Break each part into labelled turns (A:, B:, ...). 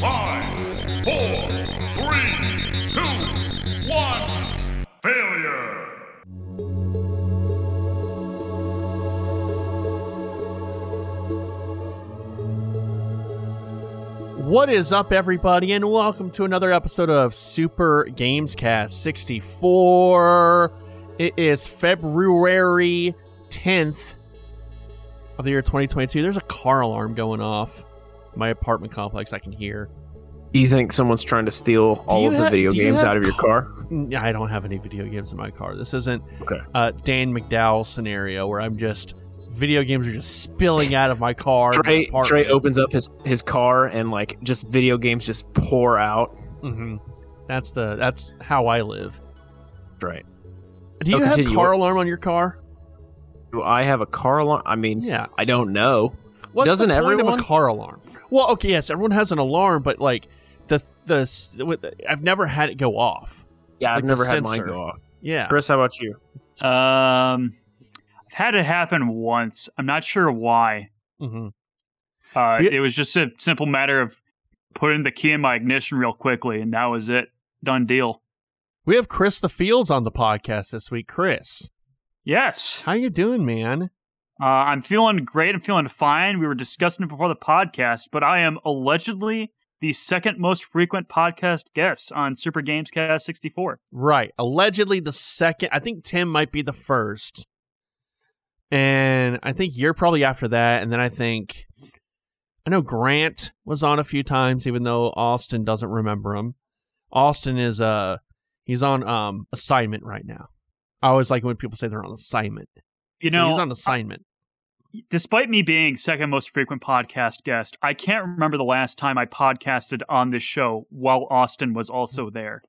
A: Five, four, three, two, one. Failure.
B: What is up, everybody, and welcome to another episode of Super Gamescast 64. It is February 10th of the year 2022. There's a car alarm going off in my apartment complex. I can hear.
C: You think someone's trying to steal all
B: you
C: of the
B: ha-
C: video
B: do you
C: games
B: have
C: out of your car?
B: Mm, I don't have any video games in my car. This isn't
C: Okay.
B: uh, Dan McDowell scenario where I'm just video games are just spilling out of my car. in my
C: Trey,
B: apartment.
C: Trey opens up his, his car and like just video games just pour out.
B: hmm That's the that's how I live.
C: Right.
B: Do you
C: Oh,
B: have
C: continue.
B: car alarm on your car?
C: Do I have a car alarm? I mean,
B: Yeah.
C: I don't know.
B: What's
C: Doesn't
B: the point
C: everyone?
B: of a car alarm? Well, okay, yes, everyone has an alarm, but like the the s- with- I've never had it go off.
C: Yeah,
B: Like
C: I've
B: the
C: never had mine
B: sensor.
C: go off.
B: Yeah,
C: Chris, how about you?
D: Um, I've had it happen once. I'm not sure why.
B: hmm
D: Uh,
B: Yeah.
D: It was just a simple matter of putting the key in my ignition real quickly, and that was it. Done deal.
B: we have Chris the Fields on the podcast this week. Chris,
D: Yes,
B: how you doing, man?
D: uh, I'm feeling great. I'm feeling fine. We were discussing it before the podcast, but I am allegedly the second most frequent podcast guest on Super Gamescast 64.
B: Right, allegedly the second. I think Tim might be the first, and I think you're probably after that. And then I think I know Grant was on a few times, even though Austin doesn't remember him. Austin is uh he's on um assignment right now. I always like when people say they're on assignment.
D: You
B: So
D: know,
B: he's on assignment.
D: despite me being second most frequent podcast guest, I can't remember the last time I podcasted on this show while Austin was also there.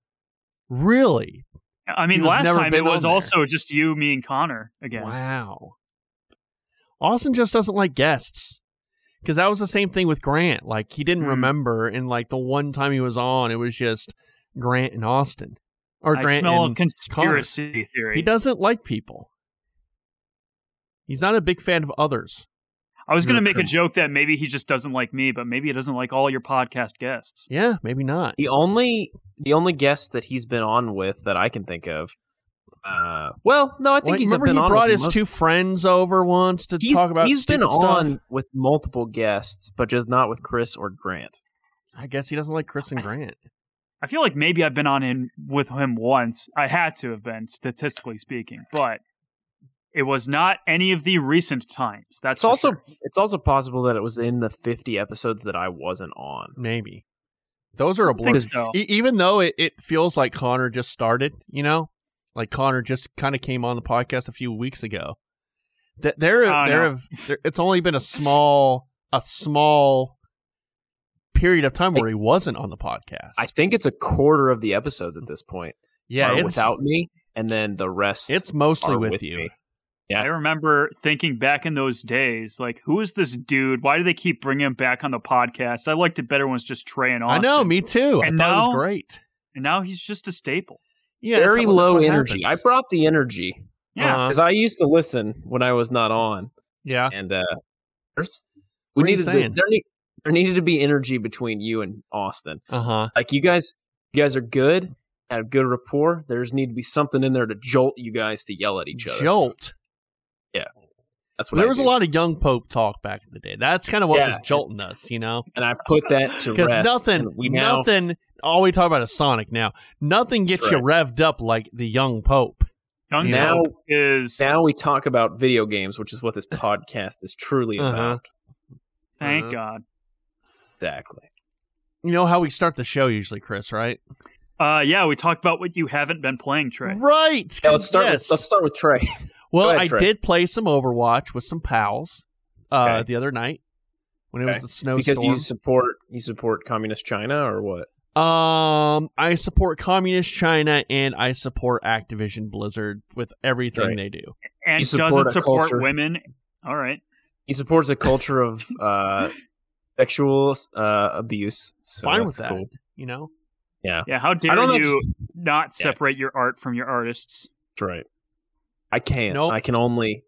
B: Really?
D: I
B: He
D: mean,
B: was
D: last
B: never
D: time
B: been
D: it was
B: on there.
D: also just you, me, and Connor again.
B: Wow. Austin just doesn't like guests. Because that was the same thing with Grant. Like, he didn't
D: Hmm.
B: remember. And, like, the one time he was on, it was just Grant and Austin. Or
D: I
B: Grant
D: smell a
B: and.
D: conspiracy theory.
B: he doesn't like people. He's not a big fan of others.
D: I was
C: You're
D: going
C: a
D: to make a
C: criminal.
D: joke that maybe he just doesn't like me, but maybe he doesn't like all your podcast guests.
B: Yeah, maybe not.
C: The only the only guest that he's been on with that I can think of. Uh, well, no, I think
B: Like,
C: he's
B: remember
C: been
B: he
C: on
B: brought
C: with
B: his
C: most-
B: two friends over once to
C: He's,
B: talk about
C: he's been
B: stupid stuff.
C: on with multiple guests, but just not with Chris or Grant.
B: I guess he doesn't like Chris and Grant.
D: I feel like maybe I've been on in with him once. I had to have been, statistically speaking, but it was not any of the recent times. That's
C: It's
D: for
C: also
D: sure.
C: it's also possible that it was in the 50 episodes that I wasn't on.
B: Maybe. Those are a
D: I
B: blur.
D: think
C: because
D: so.
B: E- even though it, it feels like Connor just started, you know, like Connor just kind of came on the podcast a few weeks ago. That there,
D: Oh,
B: there
D: no.
B: have there, it's only been a small, a small period of time where he wasn't on the podcast.
C: I think it's a quarter of the episodes at this point
B: yeah,
C: are
B: it's,
C: without me, and then the rest.
B: it's mostly
C: are
B: with,
C: with
B: you.
C: me.
D: I remember thinking back in those days, like, who is this dude? Why do they keep bringing him back on the podcast? I liked it better when it's just Trey and
B: I
D: Austin.
B: know, me too.
D: And
B: I thought it
D: now-
B: was great.
D: And now he's just a staple.
B: Yeah, that's
C: very
B: how- that's
C: low
B: what
C: energy.
B: happens.
C: I brought the energy
D: Yeah.
B: Uh-huh.
C: because I used to listen when I was not on,
B: yeah,
C: and uh, there's we
B: What are you
C: needed to-
B: saying?
C: there, need, there needed to be energy between you and Austin.
B: uh huh.
C: Like you guys, you guys are good, have good rapport. There's need to be something in there to jolt you guys to yell at each other.
B: Jolt.
C: That's what
B: There
C: I
B: was a
C: do.
B: lot of young Pope talk back in the day. That's kind of what
C: Yeah.
B: was jolting us, you know.
C: and I put that to
B: because
C: rest.
B: nothing,
C: and we now
B: nothing. All we talk about is Sonic now. Nothing gets
C: That's
B: you revved up like the young Pope.
D: Young
B: You know?
D: Pope is
C: Now we talk about video games, which is what this podcast is truly
B: Uh-huh.
C: about.
D: thank
B: Uh-huh.
D: God.
C: Exactly.
B: You know how we start the show usually, Chris, right?
D: Uh, yeah, we talked about what you haven't been playing, Trey.
B: Right.
C: Yeah, let's start.
B: yes.
C: With, let's start with Trey.
B: well,
C: ahead,
B: I
C: Trey.
B: did play some Overwatch with some pals uh,
C: Okay.
B: the other night when it
C: Okay.
B: was the snowstorm.
C: because you support you support communist China or what?
B: Um, I support communist China and I support Activision Blizzard with everything
C: Right.
B: they do.
D: And
C: You support
D: doesn't
C: a
D: support
C: culture.
D: women. All right.
C: He supports a culture of uh, sexual uh, abuse. So
B: Fine
C: that's
B: with that.
C: cool.
B: You know,
D: Yeah, how dare
C: I don't know if-
D: you not separate your art from your artists?
C: That's right. I can't.
B: Nope.
C: I can only.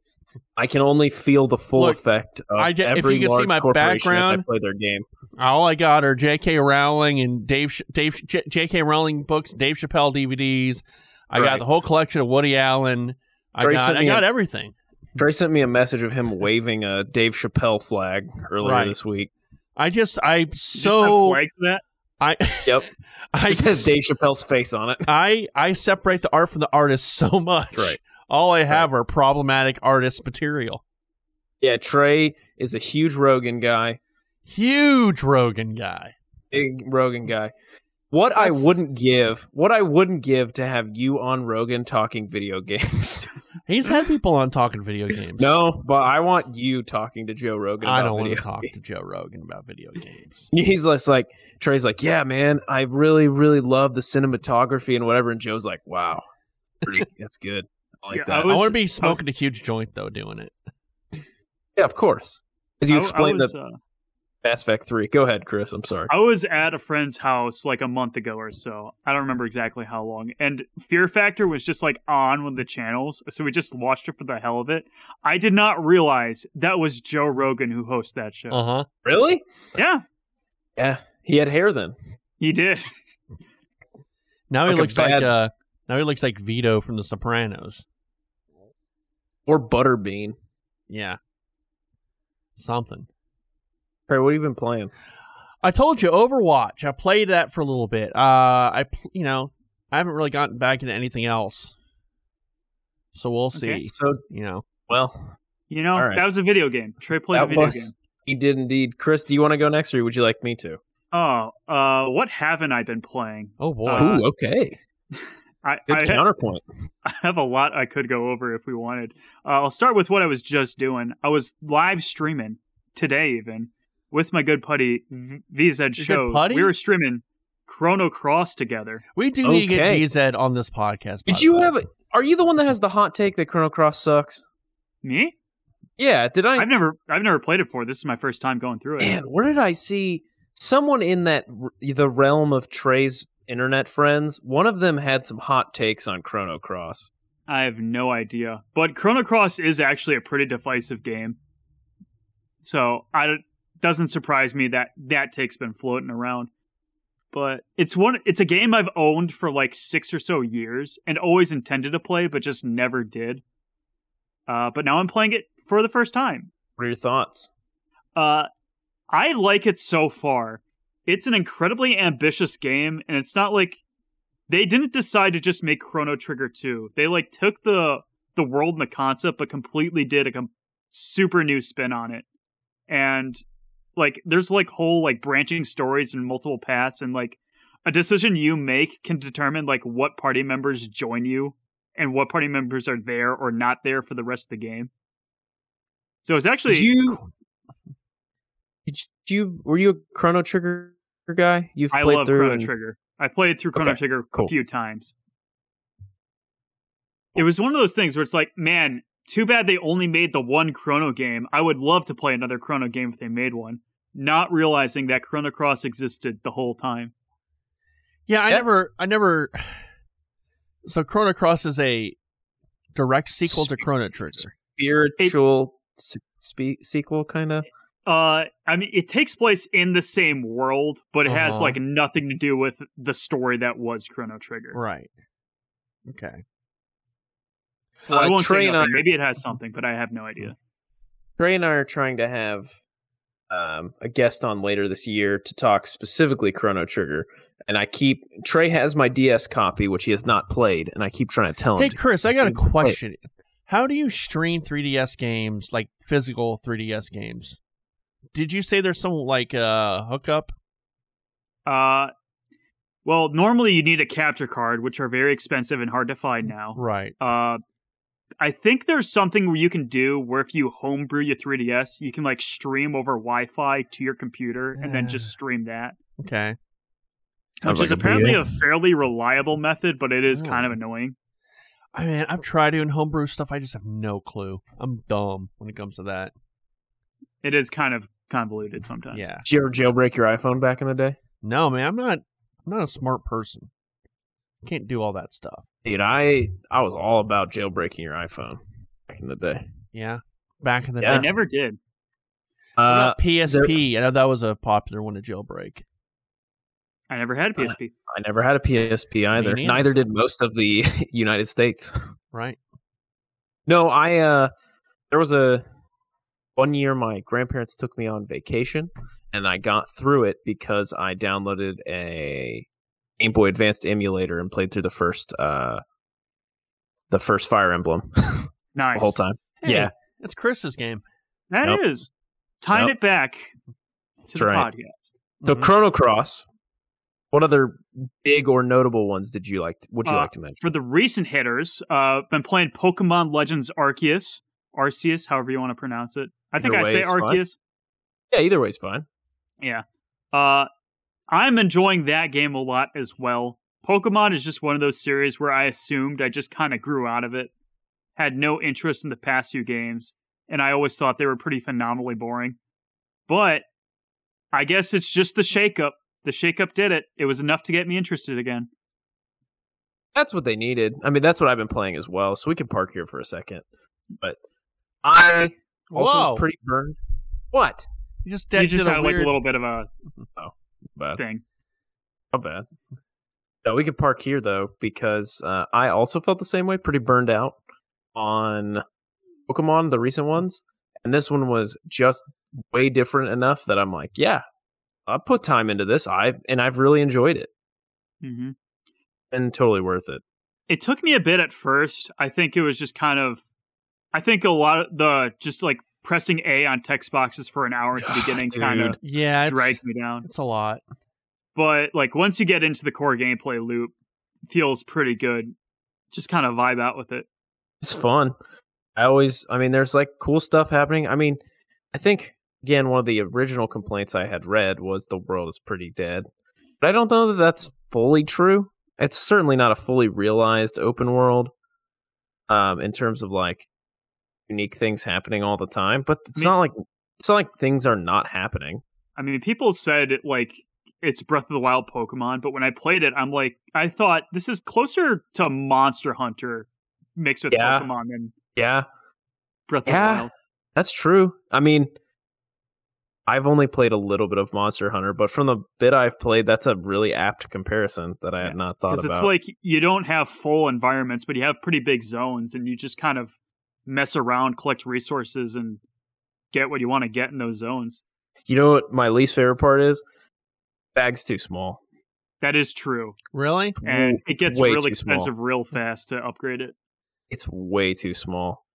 C: I can only feel the full
B: Look,
C: effect of
B: I ju- if
C: every
B: you could see
C: large
B: my
C: corporation as I
B: background-
C: play their game.
B: All I got are J.K. Rowling and Dave Ch- Dave Ch- J.K. Rowling books, Dave Chappelle DVDs. I got
C: Right.
B: the whole collection of Woody Allen. I
C: Trey
B: got
C: sent
B: I
C: me
B: got
C: a-
B: everything.
C: Dre sent me a message of him waving a Dave Chappelle flag earlier
B: Right.
C: this week.
B: I just I
D: You just have
B: so
D: flags for that.
B: I
C: Yep.
B: I
C: It says Dave Chappelle's face on it.
B: I I separate the art from the artist so much.
C: Right.
B: All I have are problematic artist material.
C: Yeah, Trey is a huge Rogan guy.
B: Huge Rogan guy.
C: Big Rogan guy. What
B: That's-
C: I wouldn't give, what I wouldn't give to have you on Rogan talking video games.
B: He's had people on talking video games.
C: no, but I want you talking to Joe Rogan.
B: I
C: about
B: don't want
C: video
B: to talk
C: games.
B: to Joe Rogan about video games.
C: He's just like Trey's like, yeah, man, I really, really love the cinematography and whatever. And Joe's like, wow, pretty, that's good. I like
D: Yeah,
C: that.
D: I was-
B: I want to be smoking a huge joint though, doing it.
C: yeah, of course. As you
D: I- I
C: explained
D: was,
C: the
D: uh,
C: Mass Effect Three. Go ahead, Chris. I'm sorry.
D: I was at a friend's house like a month ago or so. I don't remember exactly how long. And Fear Factor was just like on one of the channels. So we just watched it for the hell of it. I did not realize that was Joe Rogan who hosts that show.
C: Oh.
B: Uh huh.
C: Really?
D: Yeah,
C: Yeah, he had hair then.
D: he did.
B: Now he
C: Like a
B: looks like
C: bad-
B: uh now he looks like Vito from The Sopranos.
C: Or Butterbean.
B: Yeah. Something.
C: Trey, what have you been playing?
B: I told you Overwatch. I played that for a little bit. Uh, I pl- you know I haven't really gotten back into anything else, so we'll see.
D: Okay.
C: So,
B: You know,
C: well,
D: You know,
C: All right.
D: that was a video game. Trey played a
C: that
D: video
C: was
D: game.
C: he did indeed. Chris, do you want to go next, or would you like me to?
D: Oh, uh, what haven't I been playing?
B: oh boy,
D: Uh,
C: Ooh, okay.
D: I,
C: Good
D: I,
C: counterpoint.
D: I have a lot I could go over if we wanted. Uh, I'll start with what I was just doing. I was live streaming today, even with my good putty V- VZ
B: good
D: shows.
B: putty?
D: We were streaming Chrono Cross together.
B: we do need to
C: okay.
B: get DZ on this podcast. by
C: Did
B: the
C: you
B: way.
C: have? A, are you the one that has the hot take that Chrono Cross sucks?
D: Me?
C: Yeah. Did I?
D: I've never I've never played it before. This is my first time going through it.
C: man, where did I see someone in that r- the realm of Trey's internet friends? One of them had some hot takes on Chrono Cross.
D: I have no idea. But Chrono Cross is actually a pretty divisive game. So I don't- doesn't surprise me that that take's been floating around. But it's one it's a game I've owned for like 6 or so years and always intended to play but just never did. Uh but now I'm playing it for the first time.
C: What are your thoughts?
D: Uh, I like it so far. It's an incredibly ambitious game, and it's not like they didn't decide to just make Chrono Trigger 2. They like took the the world and the concept, but completely did a com- super new spin on it. And like, there's like whole like branching stories and multiple paths, and like a decision you make can determine like what party members join you and what party members are there or not there for the rest of the game. So it's actually
C: Did you? Did you? Were you a Chrono Trigger guy? You've
D: I
C: played
D: love
C: through
D: Chrono
C: and-
D: Trigger. I played through Chrono
C: Okay,
D: Trigger a
C: cool.
D: few times. It was one of those things where it's like, man, too bad they only made the one Chrono game. I would love to play another Chrono game if they made one. Not realizing that Chrono Cross existed the whole time.
B: Yeah, I
C: Yeah.
B: never, I never. So Chrono Cross is a direct sequel to Chrono Trigger.
C: spiritual s- spe- sequel kind of.
D: Uh, I mean, it takes place in the same world, but it has
B: Uh-huh.
D: like nothing to do with the story that was Chrono Trigger.
B: Right. Okay.
D: Well, I
C: Uh,
D: won't
C: Trey
D: say
C: and I,
D: nothing. Maybe it has something, but I have no idea.
C: Trey and I are trying to have um, a guest on later this year to talk specifically Chrono Trigger. And I keep Trey has my DS copy, which he has not played, and I keep trying to tell
B: Hey
C: him.
B: Chris, I got a
C: Wait.
B: question. How do you stream 3DS games, like physical 3DS games? Did you say there's some like uh hookup?
D: Uh, well, normally you need a capture card, which are very expensive and hard to find now.
B: Right.
D: Uh, I think there's something where you can do where if you homebrew your 3DS, you can like stream over Wi-Fi to your computer and then just stream that,
B: Okay.
D: which
C: Sounds
D: is
C: like a
D: apparently
C: BA.
D: a fairly reliable method, but it is
B: Oh.
D: kind of annoying.
B: I mean, I've tried doing homebrew stuff. I just have no clue. I'm dumb when it comes to that.
D: It is kind of convoluted sometimes.
B: Yeah.
C: Did you ever jailbreak your iPhone back in the day?
B: No, man, I'm not. I'm not a smart person. Can't do all that stuff.
C: Dude, I I was all about jailbreaking your iPhone back in the day.
B: Yeah. Back in the
C: Yeah.
D: I
B: day.
D: never did.
B: What
C: Uh,
B: about PSP. I know that was a popular one to jailbreak.
D: I never
C: Uh,
D: had PSP.
C: I never had a PSP either.
B: neither.
C: Neither did most of the United States.
B: Right.
C: No, I uh there was a one year my grandparents took me on vacation and I got through it because I downloaded a Game Boy Advanced emulator and played through the first uh the first Fire Emblem the
D: nice.
C: whole time.
B: Hey,
C: Yeah.
B: It's Chris's game.
D: That
C: Nope.
D: is tying
C: Nope.
D: it back to the
C: right.
D: podcast.
C: So
B: Mhm.
D: Mm-hmm.
C: Chrono Cross, what other big or notable ones did you like would you
D: Uh,
C: like to mention?
D: For the recent hitters, uh, been playing Pokemon Legends Arceus, Arceus, however you want to pronounce it. I think
C: Either
D: I
C: way
D: say
C: is fine.
D: Arceus.
C: Yeah, either way's fine.
D: Uh, I'm enjoying that game a lot as well. Pokemon is just one of those series where I assumed I just kind of grew out of it, had no interest in the past few games, and I always thought they were pretty phenomenally boring. But I guess it's just the shakeup. The shakeup did it. It was enough to get me interested again.
C: That's what they needed. I mean, that's what I've been playing as well. So we can park here for a second. But I also
B: Whoa.
C: was pretty burned. What?
B: You just
D: You
B: did
D: just
B: a
D: had like
B: weird-
D: a little bit of a
C: Bad.
D: thing.
C: How bad? No, we could park here though because uh, I also felt the same way. Pretty burned out on Pokemon, the recent ones, and this one was just way different enough that I'm like, yeah, I put time into this. I and I've really enjoyed it
D: hmm
C: and totally worth it.
D: it took me a bit at first. I think it was just kind of, I think a lot of the just like pressing A on text boxes for an hour
C: Ah,
D: at the beginning kind of
B: Yeah, it's,
D: dragged me down.
B: it's a lot.
D: But like once you get into the core gameplay loop, it feels pretty good. Just kind of vibe out with it.
C: It's fun. I always, I mean, there's like cool stuff happening. I mean, I think again one of the original complaints I had read was the world is pretty dead, but I don't know that that's fully true. It's certainly not a fully realized open world, um, in terms of like unique things happening all the time. But it's
D: Me-
C: not like it's not like things are not happening.
D: I mean, people said like it's Breath of the Wild Pokemon, but when I played it, I'm like, I thought this is closer to Monster Hunter mixed with
C: Yeah.
D: Pokemon than
C: Yeah,
D: Breath of
C: Yeah.
D: the Wild.
C: That's true. I mean, I've only played a little bit of Monster Hunter, but from the bit I've played, that's a really apt comparison that I
D: Yeah,
C: had not thought
D: because
C: about.
D: it's like you don't have full environments but you have pretty big zones and you just kind of mess around collect resources and get what you want to get in those zones
C: you know what my least favorite part is? Bag's too small.
D: that is true
B: Really?
D: and it gets
C: way
D: real
C: too small.
D: expensive real fast to upgrade it
C: It's way too small.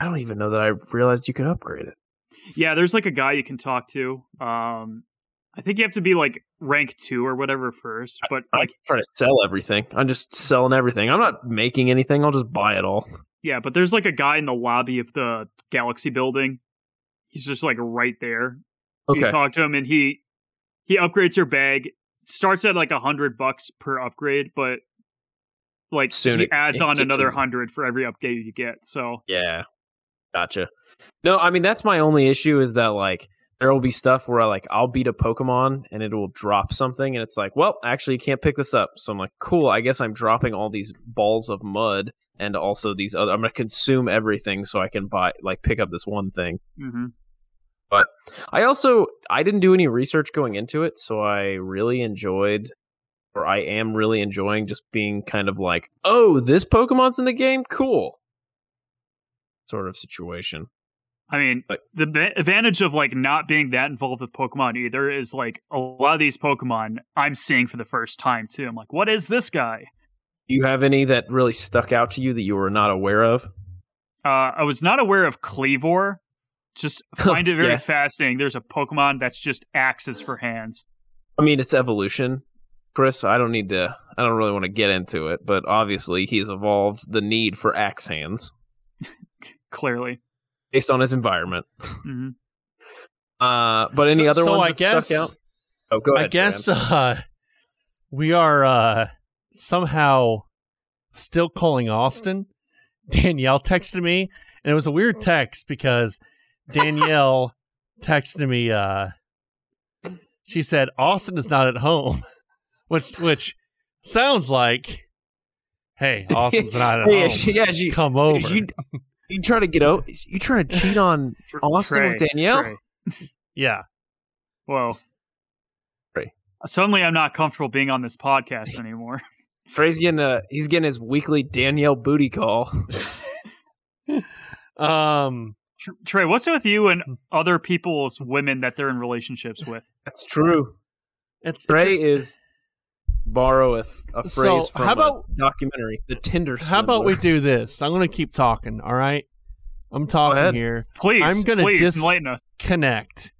C: I don't even know that I realized you could upgrade it.
D: yeah there's like a guy you can talk to um i think you have to be like rank two or whatever first but
C: I'm
D: like
C: trying to sell everything. I'm just selling everything. I'm not making anything. I'll just buy it all.
D: yeah but there's like a guy in the lobby of the galaxy building he's just like right there you
C: Okay.
D: talk to him and he he upgrades your bag starts at like a hundred bucks per upgrade but like
C: Soon
D: he
C: it-
D: adds
C: it
D: on
C: gets
D: another
C: you.
D: hundred for every upgrade you get so
C: Yeah. Gotcha. No, I mean that's my only issue is that like there will be stuff where I like I'll beat a Pokemon and it will drop something and it's like, well, actually you can't pick this up. So I'm like, cool, I guess I'm dropping all these balls of mud and also these other I'm gonna consume everything so I can buy like pick up this one thing.
D: mhm.
C: I also I didn't do any research going into it, so I really enjoyed or I am really enjoying just being kind of like, oh, this Pokemon's in the game? Cool. Sort of situation.
D: i mean
C: Like-
D: the ba- advantage of like not being that involved with pokemon either is like a lot of these pokemon i'm seeing for the first time too i'm like what is this guy
C: Do you have any that really stuck out to you that you were not aware of?
D: uh, i was not aware of cleavor just find it very
C: Yeah.
D: fascinating there's a pokemon that's just axes for hands
C: I mean, it's evolution. Chris, I don't need to, I don't really want to get into it, but obviously he's evolved the need for axe hands
D: clearly
C: based on his environment.
D: hmm
C: Uh, but any
B: So-
C: other
B: so
C: ones
B: I
C: that
B: guess-
C: stuck out? Oh, go ahead.
B: I guess uh, we are uh, somehow still calling Austin. Danielle texted me, and it was a weird text because Danielle texted me. Uh, she said Austin is not at home. which which sounds like, hey, Austin's not at
C: Yeah,
B: home.
C: she- yeah, she-
B: come over.
C: You, you try to get out. You trying to cheat on
D: Tr-
C: Austin with
D: Trey,
C: Danielle?
D: Trey.
B: yeah,
D: Whoa.
C: Trey.
D: Suddenly, I'm not comfortable being on this podcast anymore.
C: Trey's getting a he's getting his weekly Danielle booty call.
B: um,
D: Tr- Trey, what's with you and other people's women that they're in relationships with?
C: That's true.
B: it's, it's
C: Trey
B: just-
C: is borrow a, f- a
B: So,
C: phrase from
B: how
C: a
B: about-
C: documentary, The Tinder.
B: How about we
C: Swindler.
B: do this? I'm gonna keep talking. All right, I'm
C: ahead.
B: talking here.
D: Please,
B: I'm gonna
D: please
B: dis-
D: enlighten us.
B: Connect,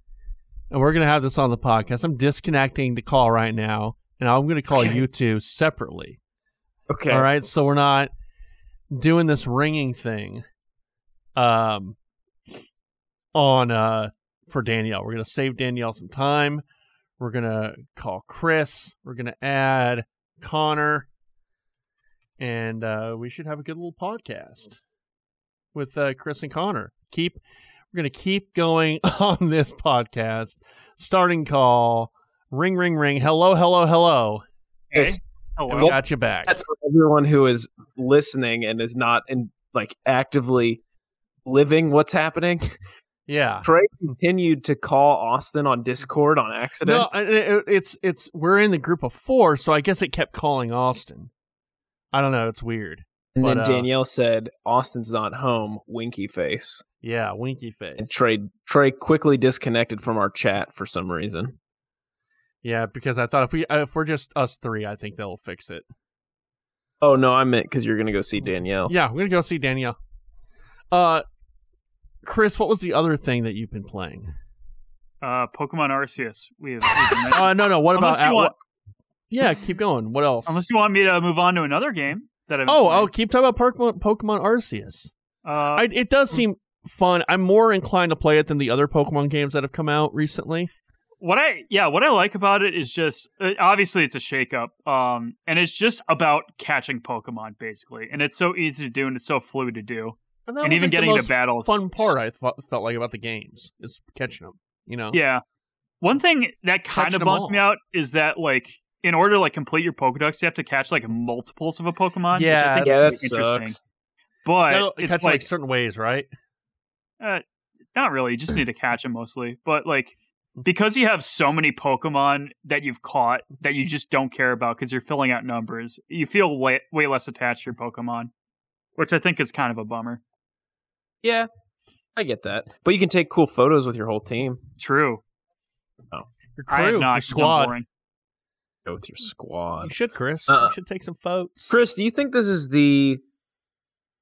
B: and we're gonna have this on the podcast. I'm disconnecting the call right now, and I'm gonna call
C: Okay.
B: you two separately.
C: Okay.
B: All right, so we're not doing this ringing thing. Um, on uh for Danielle, we're gonna save Danielle some time. We're gonna call Chris. We're gonna add Connor, and uh, we should have a good little podcast with uh, Chris and Connor. Keep we're gonna keep going on this podcast. Starting call. Ring, ring, ring. Hello, hello, hello.
D: Okay?
C: Yes.
D: Hello.
B: And we
C: Well,
B: got you back.
C: that for everyone who is listening and is not in like actively living what's happening.
B: Yeah.
C: Trey continued to call Austin on Discord on accident.
B: No, I- I- it's it's we're in the group of four, so I guess it kept calling Austin. I don't know. It's weird.
C: and then
B: but, uh,
C: Danielle said, Austin's not home, winky face.
B: Yeah, winky
C: And
B: face.
C: Trey Trey quickly disconnected from our chat for some reason.
B: Yeah, because I thought if we uh, if we're just us three, I think they'll fix it.
C: Oh no, I meant because you're gonna go see Danielle.
B: Yeah, we're gonna go see Danielle. Uh, Chris, what was the other thing that you've been playing?
D: Uh, Pokemon Arceus. We have. we've met-
B: Uh, no, no. What about?
D: Unless you
B: at-
D: want-
B: what- yeah, keep going. What else?
D: Unless you want me to move on to another game that I've.
B: oh, oh, keep talking about Pokemon, Pokemon Arceus.
D: Uh,
B: I, it does seem fun. I'm more inclined to play it than the other Pokemon games that have come out recently.
D: what I yeah, what I like about it is just uh, obviously it's a shakeup, um, and it's just about catching Pokemon basically, and it's so easy to do and it's so fluid to do,
B: that
D: and
B: was,
D: even
B: like, the
D: getting into
B: most
D: battles.
B: fun part I th- felt like about the games is catching them. You know,
D: Yeah, one thing that
B: Oh.
D: kind
B: Catch
D: of
B: 'em
D: bums
B: all.
D: me out is that like in order to like complete your Pokedex, you have to catch like multiples of a Pokemon. which
B: Yeah,
D: I think
C: Yeah, that
D: is interesting.
C: sucks.
D: But
B: Gotta
D: it's
B: catch
D: like,
B: it, like certain ways, right?
D: not really. You just need to catch them mostly. But like
B: Mm.
D: because you have so many Pokemon that you've caught that you just don't care about because you're filling out numbers, you feel way, way less attached to your Pokemon, which I think is kind of a bummer.
C: Yeah, I get that. But you can take cool photos with your whole team.
D: True.
B: Your
D: I have
B: crew, your
D: not. 'cause I'm
B: squad.
D: boring.
C: Go with your
B: You
C: squad.
B: should, Chris.
C: Uh-uh.
B: you should take some photos.
C: Chris, do you think this is the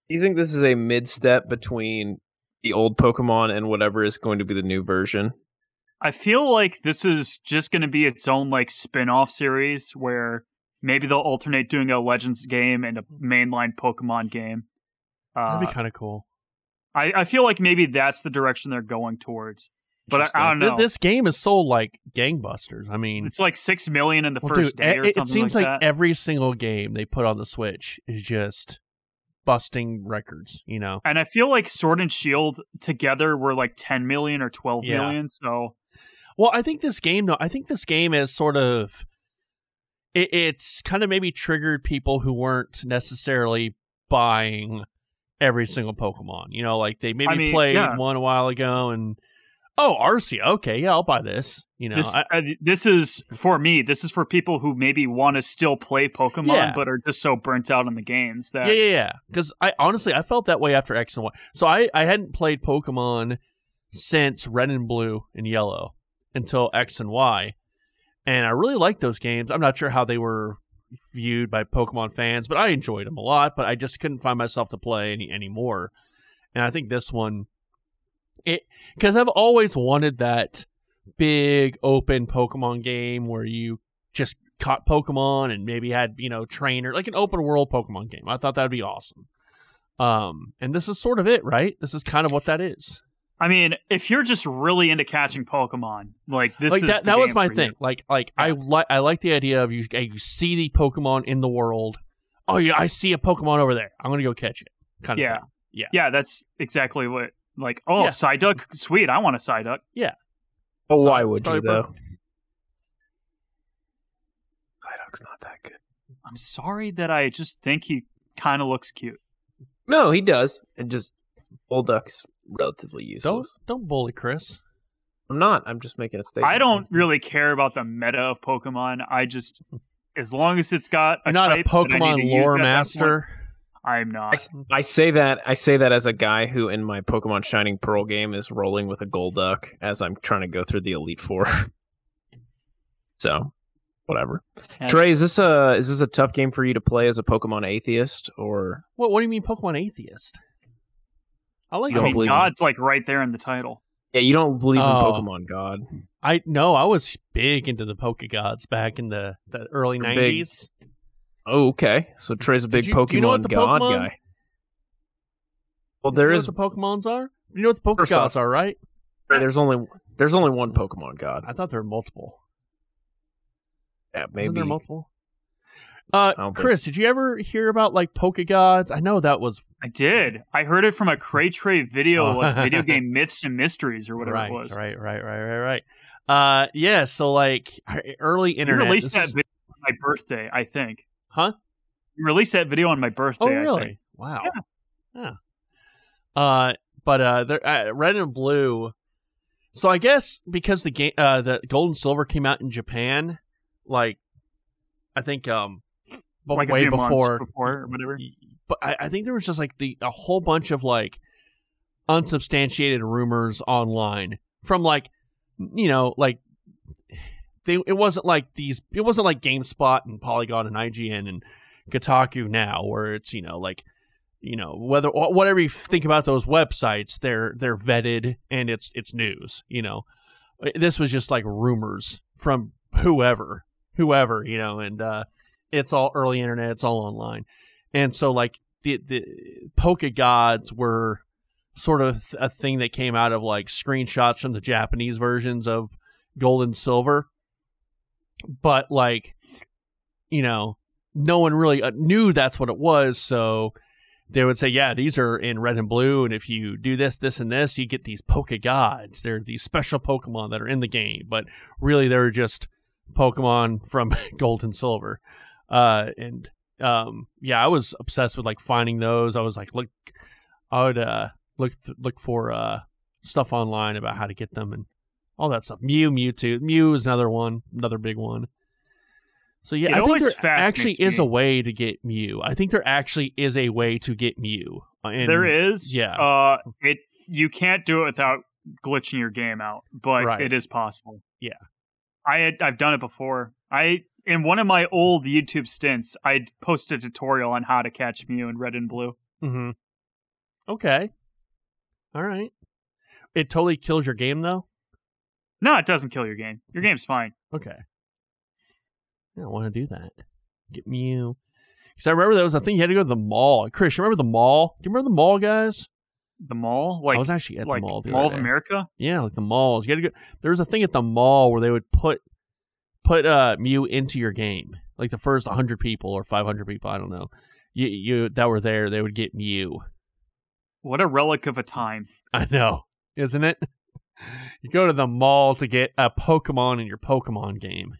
C: do you think this is a mid step between the old Pokemon and whatever is going to be the new version?
D: I feel like this is just going to be its own like spin-off series where maybe they'll alternate doing a Legends game and a mainline Pokemon game. Uh,
B: That'd be kind of cool.
D: I, I feel like maybe that's the direction they're going towards. But I, I
C: Interesting.
D: don't
B: Th-
D: know.
B: This game is sold like gangbusters. I mean,
D: it's like six million in the
B: well,
D: first
B: dude,
D: day
B: e-
D: or
B: it,
D: something
B: seems
D: like,
B: like,
D: that.
B: every single game they put on the Switch is just busting records. You know,
D: And I feel like Sword and Shield together were like 10 million or twelve million.
B: Yeah.
D: So
B: Well, I think this game though, I think this game is sort of it, it's kind of maybe triggered people who weren't necessarily buying every single Pokemon. You know, like they maybe
D: mean,
B: played
D: yeah.
B: one a while ago and oh, Arcea, okay, yeah, I'll buy this. You know,
D: this
B: I,
D: uh, this is for me. This is for people who maybe want to still play Pokemon
B: Yeah.
D: but are just so burnt out on the games that
B: yeah, yeah, yeah. Because I honestly I felt that way after X and Y. So I I hadn't played Pokemon since Red and Blue and Yellow until X and Y, and I really liked those games. I'm not sure how they were viewed by Pokemon fans, but I enjoyed them a lot. But I just couldn't find myself to play any anymore, and I think this one, it because I've always wanted that big open Pokemon game where you just caught Pokemon and maybe had you know trainer like an open world Pokemon game. I thought that'd be awesome. Um, and this is sort of it, right? This is kind of what that is.
D: I mean, if you're just really into catching Pokemon, like this
B: like
D: is
B: that.
D: the
B: That was
D: game
B: my
D: for you.
B: thing. Like, like I like I like the idea of you. You see the Pokemon in the world. Oh yeah, I see a Pokemon over there. I'm gonna go catch it. Kind of
D: Yeah.
B: thing.
D: Yeah, that's exactly what. Like, oh,
B: Yeah.
D: Psyduck, sweet. I want a Psyduck.
C: Oh,
B: So
C: why
B: it's
C: would you
B: probably
C: though?
B: perfect.
C: looks not that good.
D: I'm sorry that I just think he kind of looks cute.
C: No, he does. And just Bulldog's relatively
B: Don't
C: useless.
B: don't bully Chris.
C: I'm not. I'm just making a statement.
D: I don't really care about the meta of Pokemon. I just, as long as it's got a
B: I'm not a
D: type that I need to
B: Pokemon
D: use
B: lore
D: at that point,
B: master.
D: I'm
C: I,
D: not.
C: s- I say that I say that as a guy who in my Pokemon Shining Pearl game is rolling with a Golduck as I'm trying to go through the Elite Four. so, whatever.
D: And-
C: Trey, is this a is this a tough game for you to play as a Pokemon atheist, or
B: What what do you mean Pokemon atheist? I like
C: You
D: I
C: don't
B: Pokemon.
D: mean,
C: believe me.
D: God's like right there in the title.
C: yeah, you don't believe in
B: Oh.
C: Pokemon God?
B: I no, I was big into the Pokegods back in the, the early
C: You're big
B: nineties.
C: Oh, okay. So Trey's a big
B: you-
C: Pokemon
B: do you know what the
C: God
B: Pokemon-
C: guy. Well, there is
B: you know what the Pokemons are. You know what the
C: First
B: Pokegods
C: off-
B: are, right?
C: there's only there's only one Pokemon God.
B: I thought there were multiple.
C: Yeah,
B: Isn't
C: maybe
B: there multiple? Uh,
C: don't think
B: Chris, did you ever hear about like Pokegods? I know that was
D: I did. I heard it from a Cray Tray video,
B: Oh.
D: like video game myths and mysteries or whatever
B: right,
D: it was.
B: right, right, right, right, right. Uh, yeah. So like early
D: You
B: internet.
D: released
B: this
D: that
B: is-
D: video on my birthday, I think.
B: Huh?
D: You released that video on my birthday.
B: Oh,
D: I
B: really?
D: think.
B: Wow. Yeah. Uh, but uh, there, uh, red and blue. So I guess because the game, uh, the gold and silver came out in Japan, like I think um, but
D: Like
B: way
D: a few months
B: before.
D: before or whatever.
B: But I, I think there was just like the a whole bunch of like unsubstantiated rumors online from like you know like they it wasn't like these it wasn't like GameSpot and Polygon and IGN and Kotaku now where it's you know like you know whether wh- whatever you think about those websites they're they're vetted and it's it's news you know this was just like rumors from whoever whoever you know and uh it's all early internet it's all online and so like the the polka gods were sort of a thing that came out of like screenshots from the Japanese versions of gold and silver but like you know no one really uh, knew that's what it was so they would say yeah these are in red and blue and if you do this this and this you get these polka gods they're these special pokemon that are in the game but really they're just pokemon from gold and silver uh and um yeah i was obsessed with like finding those i was like look i would uh look th- look for uh stuff online about how to get them and all that stuff mew mewtwo mew is another one another big one so yeah
D: It
B: i think
D: always
B: there
D: fascinates
B: actually is
D: me.
B: a way to get mew i think there actually is a way to get mew uh, and
D: there is.
B: yeah.
D: Uh, it you can't do it without glitching your game out, but
B: Right.
D: it is possible.
B: Yeah.
D: I had, I've done it before. I in one of my old YouTube stints, I posted a tutorial on how to catch Mew in Red and Blue.
B: hmm okay all right it totally kills your game though
D: No, it doesn't kill your game. Your game's fine.
B: Okay. Yeah, I want to do that. Get Mew. Because I remember that was a thing you had to go to the mall. Chris, you remember the mall? Do you remember the mall, guys?
D: The mall, like
B: I was actually at
D: like
B: the mall. The
D: Mall
B: other
D: of
B: day.
D: America.
B: Yeah, like the malls. You had to go. There was a thing at the mall where they would put put uh Mew into your game. Like the first 100 people or 500 people, I don't know, you you that were there, they would get Mew.
D: What a relic of a time.
B: I know, isn't it? You go to the mall to get a Pokemon in your Pokemon game.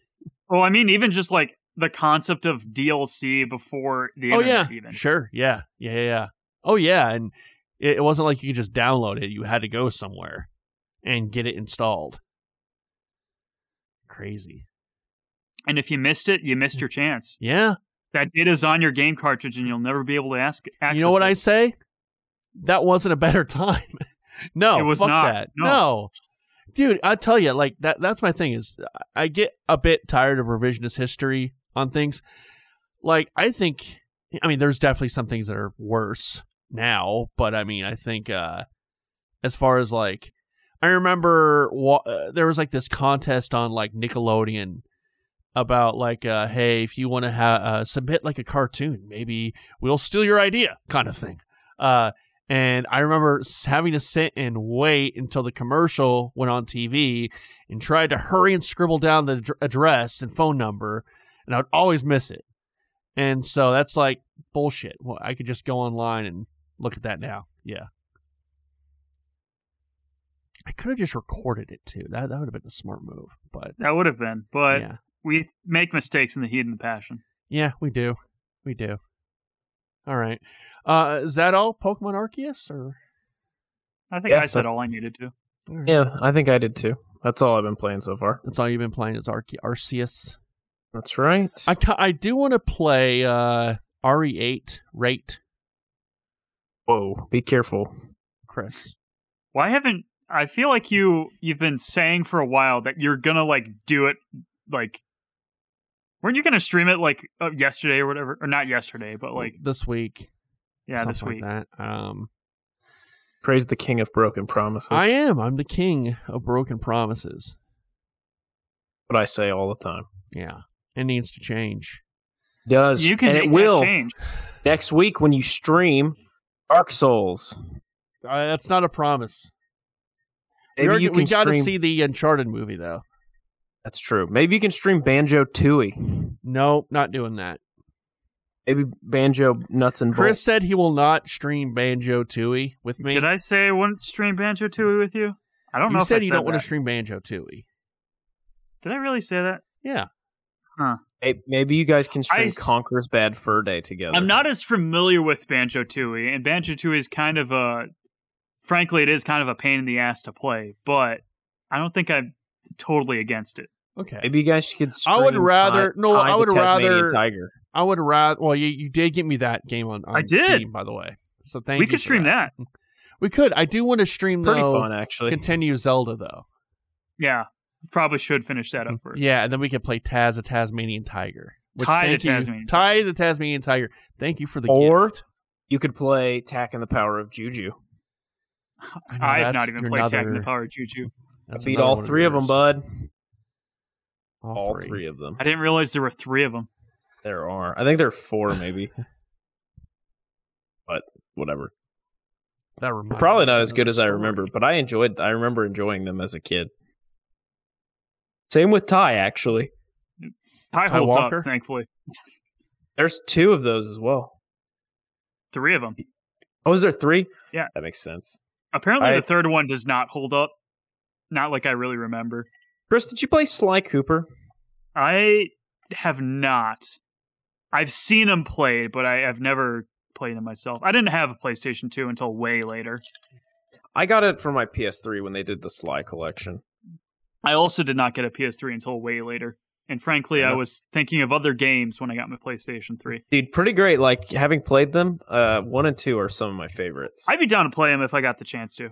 D: Well, I mean, even just like the concept of DLC before the
B: oh yeah
D: internet even.
B: sure yeah yeah yeah, yeah. oh yeah and it, it wasn't like you could just download it you had to go somewhere and get it installed crazy
D: And if you missed it, you
B: Mm.
D: missed your chance.
B: yeah
D: That data's on your game cartridge, and you'll never be able to ask. Access
B: you know what
D: it.
B: i say that wasn't a better time no
D: It was
B: fuck
D: not.
B: that
D: No.
B: dude i tell you like that that's my thing is I- i get a bit tired of revisionist history on things like i think i mean there's definitely some things that are worse now but i mean i think uh as far as like i remember wa- uh, there was like this contest on like nickelodeon about like uh hey if you want to ha- uh, submit like a cartoon maybe we'll steal your idea kind of thing uh and i remember s- having to sit and wait until the commercial went on tv and tried to hurry and scribble down the dr- address and phone number and i would always miss it and so that's like bullshit well i could just go online and look at that now yeah i could have just recorded it too that, that would have been a smart move but
D: That would have been, but
B: yeah
D: We make mistakes in the heat and the passion.
B: Yeah, we do. We do. All right. Uh, is that all Pokemon Arceus? Or
D: I think
C: Yeah,
D: I said
C: but-
D: all I needed to.
B: all right.
C: Yeah, I think I did too. That's all I've been playing so far.
B: that's all you've been playing is Arce- Arceus.
C: That's right.
B: I ca- I do want to play uh, RE8 Rate,
C: Whoa, be careful.
B: Chris.
D: Why haven't I feel like you you've been saying for a while that you're gonna like do it like weren't you gonna stream it like uh, yesterday or whatever or not yesterday but like
B: this week.
D: yeah this
B: something
D: week
B: Like that. Um,
C: Praise the king of broken promises.
B: I am. I'm the king of broken promises.
C: what I say all the time.
B: Yeah, it needs to change.
C: Does
D: you can
C: and
D: make
C: it will
D: that change
C: next week when you stream Dark Souls.
B: Uh, that's not a promise.
C: Maybe
B: we are-
C: you
B: we
C: can
B: got to
C: stream-
B: see the Uncharted movie though.
C: That's true. Maybe you can stream Banjo Tooie.
B: No, not doing that.
C: Maybe Banjo Nuts and
B: Chris
C: Bolts.
B: said he will not stream Banjo Tooie with me.
D: did I say I wouldn't stream Banjo Tooie with you I don't
B: you
D: know
B: said
D: if I
B: you
D: said
B: don't want
D: that.
B: to stream Banjo Tooie.
D: did I really say that
B: Yeah,
C: Hey, Maybe you guys can stream
D: I s-
C: Conker's Bad Fur Day
B: Uh,
C: together.
D: I'm not as familiar with Banjo Tooie, and Banjo Tooie is kind of a, frankly, it is kind of a pain in the ass to play, but I don't think I'm totally against it.
B: okay.
C: Maybe you guys could. Stream
B: I would rather-
C: Ti-
B: no,
C: Ti
B: I
C: the
B: would
C: Tasmanian
B: rather-
C: Tiger.
B: I would rather. Well, you, you did give me that game on. on
D: I did.
B: Steam, by the way. So thank
D: we
B: you
D: could
B: for
D: stream that.
B: We could. I do want to stream
C: Pretty
B: though.
C: fun actually.
B: Continue Zelda though.
D: Yeah, probably should finish that up first.
B: Yeah, and then we could play Taz the Tasmanian Tiger. Which,
D: Ty the
B: thank you-
D: Tasmanian
B: Ty the Tasmanian Tiger. Thank you for the
C: Or-
B: gift.
C: You could play Tack and the Power of Juju.
B: I know
D: I have
B: that's
D: not even
B: your
D: played
B: another,
D: Tack and the Power of Juju.
C: I
B: that's
C: beat
B: another
C: all
B: one
C: three of them,
B: yours.
C: bud.
B: All,
C: All
B: three.
C: three of them.
D: I didn't realize there were three of them.
C: There are. I think there are four, maybe. but whatever.
B: That reminds
C: Probably
B: me
C: not
B: of
C: as good
B: another
C: as I
B: story.
C: remember, but I enjoyed. I remember enjoying them as a kid. Same with Ty, actually.
D: Ty
B: Ty
D: holds
B: Walker?
D: up, thankfully.
C: There's two of those as well.
D: Three of them.
C: Oh, is there three?
D: Yeah.
C: that makes sense.
D: Apparently,
C: I-
D: the third one does not hold up. Not like I really remember.
C: Chris, did you play Sly Cooper?
D: I have not. I've seen them played, but I have never played them myself. I didn't have a PlayStation 2 until way later.
C: I got it for my PS3 when they did the Sly collection.
D: I also did not get a PS3 until way later. And frankly,
C: Fair
D: I
C: enough.
D: was thinking of other games when I got my PlayStation 3.
C: Dude, pretty great. Like having played them, uh, one and two are some of my favorites.
D: I'd be down to play them if I got the chance to.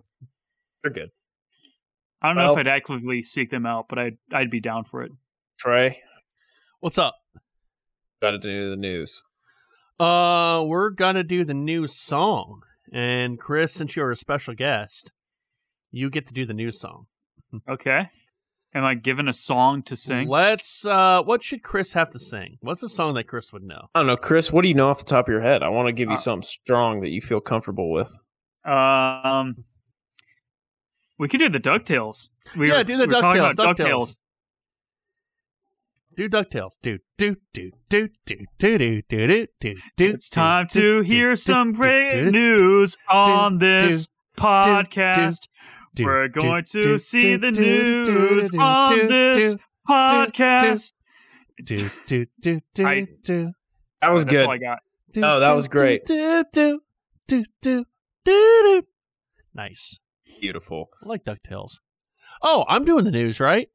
C: They're good.
D: I don't know if
C: Well-
D: I'd actively seek them out, but I'd I'd be down for it.
C: Trey,
B: What's up?
C: got to do the news.
B: Uh, we're gonna do the new song, and Chris, since you're a special guest, you get to do the new song.
D: Okay. Am I given a song to sing?
B: Let's. Uh, what should Chris have to sing? What's a song that Chris would know?
C: I don't know, Chris. What do you know off the top of your head? I want to give you
D: Uh,
C: something strong that you feel comfortable with.
D: um We could do the DuckTales. We
B: yeah,
D: were-
B: do the
D: we were talking
B: Ducktales.
D: about
B: Ducktales. Do Ducktales. Do do do do do do do do do do. do,
D: It's time
B: do,
D: to
B: do,
D: hear
B: do,
D: some
B: do,
D: great
B: do,
D: news on
B: do,
D: this podcast.
B: do,
D: We're
B: do,
D: going
B: do,
D: to
B: do,
D: see the
B: do, do, do,
D: news
B: do,
D: on
B: do,
D: this podcast.
B: do, do, do, do, do,
D: I- Oh,
B: do,
C: That was
D: That's
C: good.
D: all I got.
B: do,
C: No, that
B: do,
C: was
B: do,
C: great.
B: do, do, do, do, do, do. Nice.
C: Beautiful.
B: I like DuckTales. Oh, I'm doing the news, right?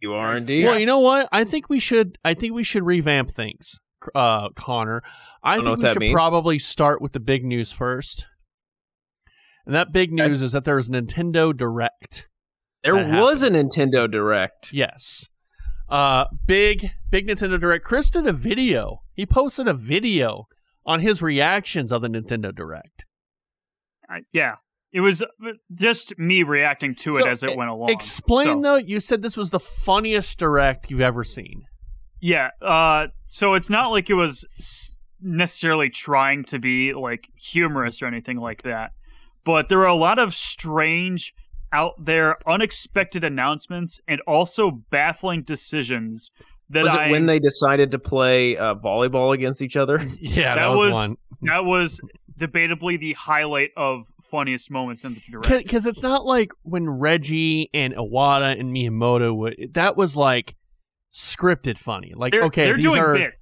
C: You are indeed.
B: Well, you know what? I think we should. I think we should revamp things, uh, Connor. I,
C: Don't know
B: think
C: what
B: we
C: that
B: should
C: means.
B: probably start with the big news first. And that big news is that there is a Nintendo Direct.
C: there
B: that
C: was a Nintendo Direct.
B: Yes. Uh, big big Nintendo Direct. Chris did a video. He posted a video on his reactions of the Nintendo Direct.
D: I- yeah. It was uh, just me reacting to it
B: So,
D: as
B: e-
D: it went along.
B: Explain
D: So-
B: though. You said this was the funniest Direct you've ever seen.
D: Yeah. Uh, so it's not like it was s- necessarily trying to be like humorous or anything like that, but there were a lot of strange, out there, unexpected announcements and also baffling decisions that
C: Was
D: I
C: it when they decided to play uh, volleyball against each other?
B: Yeah,
D: That was-
B: one.
D: that was debatably the highlight of funniest moments in the direct.
B: because it's not like when Reggie and Iwata and Miyamoto would. That was like scripted funny. Like,
D: They're,
B: okay,
D: they're
B: these
D: doing
B: are
D: bits.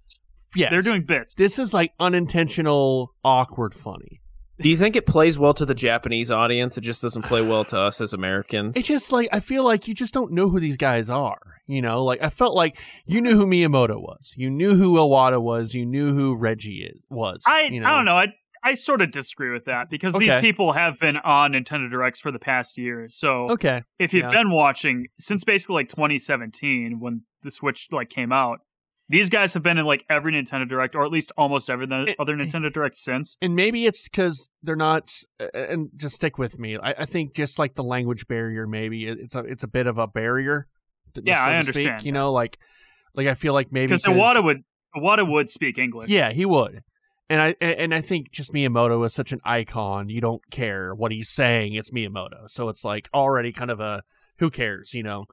B: yes,
D: They're doing bits.
B: This is like unintentional, awkward funny.
C: Do you think it plays well to the Japanese audience? It just doesn't play well to us as Americans.
B: It's just like I feel like you just don't know who these guys are. You know, like I felt like you knew who Miyamoto was, you knew who Iwata was, you knew who Reggie is, was.
D: I
B: you
D: I don't know. I I sort of disagree with that because these
B: Okay.
D: people have been on Nintendo Directs for the past year. So
B: Okay,
D: if you've
B: yeah.
D: been watching since basically like 2017 when the Switch like came out, these guys have been in like every Nintendo Direct or at least almost every
B: It- eh.
D: other Nintendo Direct since.
B: and maybe it's because they're not. s- And just stick with me. I, I think just like the language barrier, maybe it- it's a it's a bit of a barrier. to-
D: Yeah,
B: so
D: I
B: to
D: understand
B: Speak, you know, like like I feel like maybe
D: Because Iwata would Iwata would speak English.
B: Yeah, he would. And I and and I think just Miyamoto is such an icon. You don't care what he's saying. It's Miyamoto, so it's like already kind of a who cares, you know.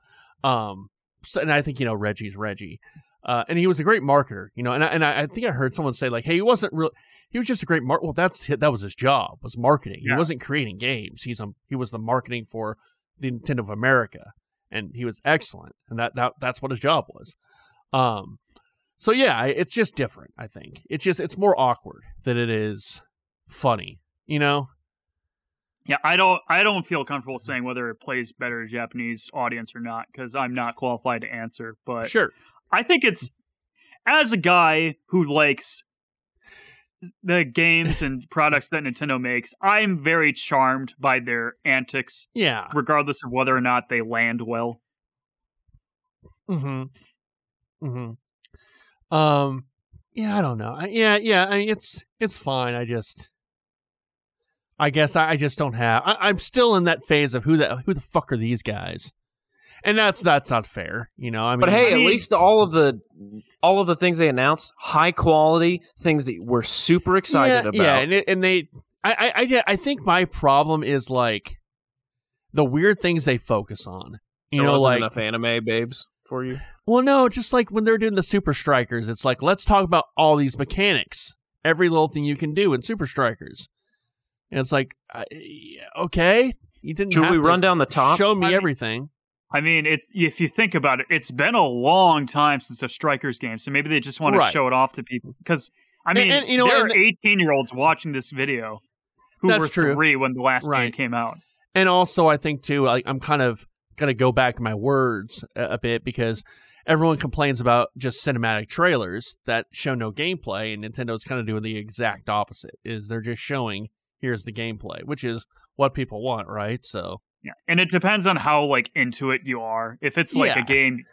B: Um, so, and I think you know Reggie's Reggie, uh, and he was a great marketer, you know. And I, and I, I think I heard someone say like, hey, he wasn't real. He was just a great mark. Well, that's hi- that was his job was marketing.
D: Yeah.
B: He wasn't creating games. He's um he was the marketing for the Nintendo of America, and he was excellent. And that that that's what his job was. Um, so yeah, I- it's just different. I think it's just it's more awkward than it is funny. You know?
D: Yeah, I don't I don't feel comfortable
B: Mm-hmm.
D: saying whether it plays better to Japanese audience or not because I'm not qualified to answer. But
B: Sure. Mm-hmm.
D: I think it's as a guy who likes the games and products that Nintendo makes, I'm very charmed by their antics,
B: Yeah.
D: regardless of whether or not they land well.
B: Hmm. Hmm. Um. Yeah, I don't know. I, yeah, yeah. I mean, it's it's fine. I just, I guess I, I just don't have. I, I'm still in that phase of who the who the fuck are these guys, and that's that's not fair. You know. I mean,
C: but hey,
D: I mean-
C: at least all of the all of the things they announced, high quality things that we're super excited
B: yeah,
C: about.
B: Yeah, and, it, and they, I, I, I, ju- I think my problem is like the weird things they focus on. You
C: There
B: know,
C: wasn't
B: like
C: enough anime babes for you.
B: well, no, just like when they're doing the Super Strikers, it's like let's talk about all these mechanics, every little thing you can do in Super Strikers, and it's like, I, yeah, okay, you didn't.
C: Should
B: have
C: we
B: to
C: run down the top?
B: Show me
D: I mean-
B: everything.
D: I mean, it's if you think about it, it's been a long time since a Strikers game, so maybe they just want
B: Right.
D: to show it off to people. Because I
B: And-
D: mean,
B: and, you know,
D: there
B: and-
D: are eighteen year olds watching this video who
B: That's
D: were
B: true.
D: three when the last game
B: Right.
D: came out.
B: and also I think too, like I'm kind of gonna go back my words a, a bit because everyone complains about just cinematic trailers that show no gameplay, and Nintendo's kind of doing the exact opposite. Is they're just showing here's the gameplay, which is what people want, right? So
D: Yeah, and it depends on how like into it you are. If it's like
B: Yeah.
D: a game,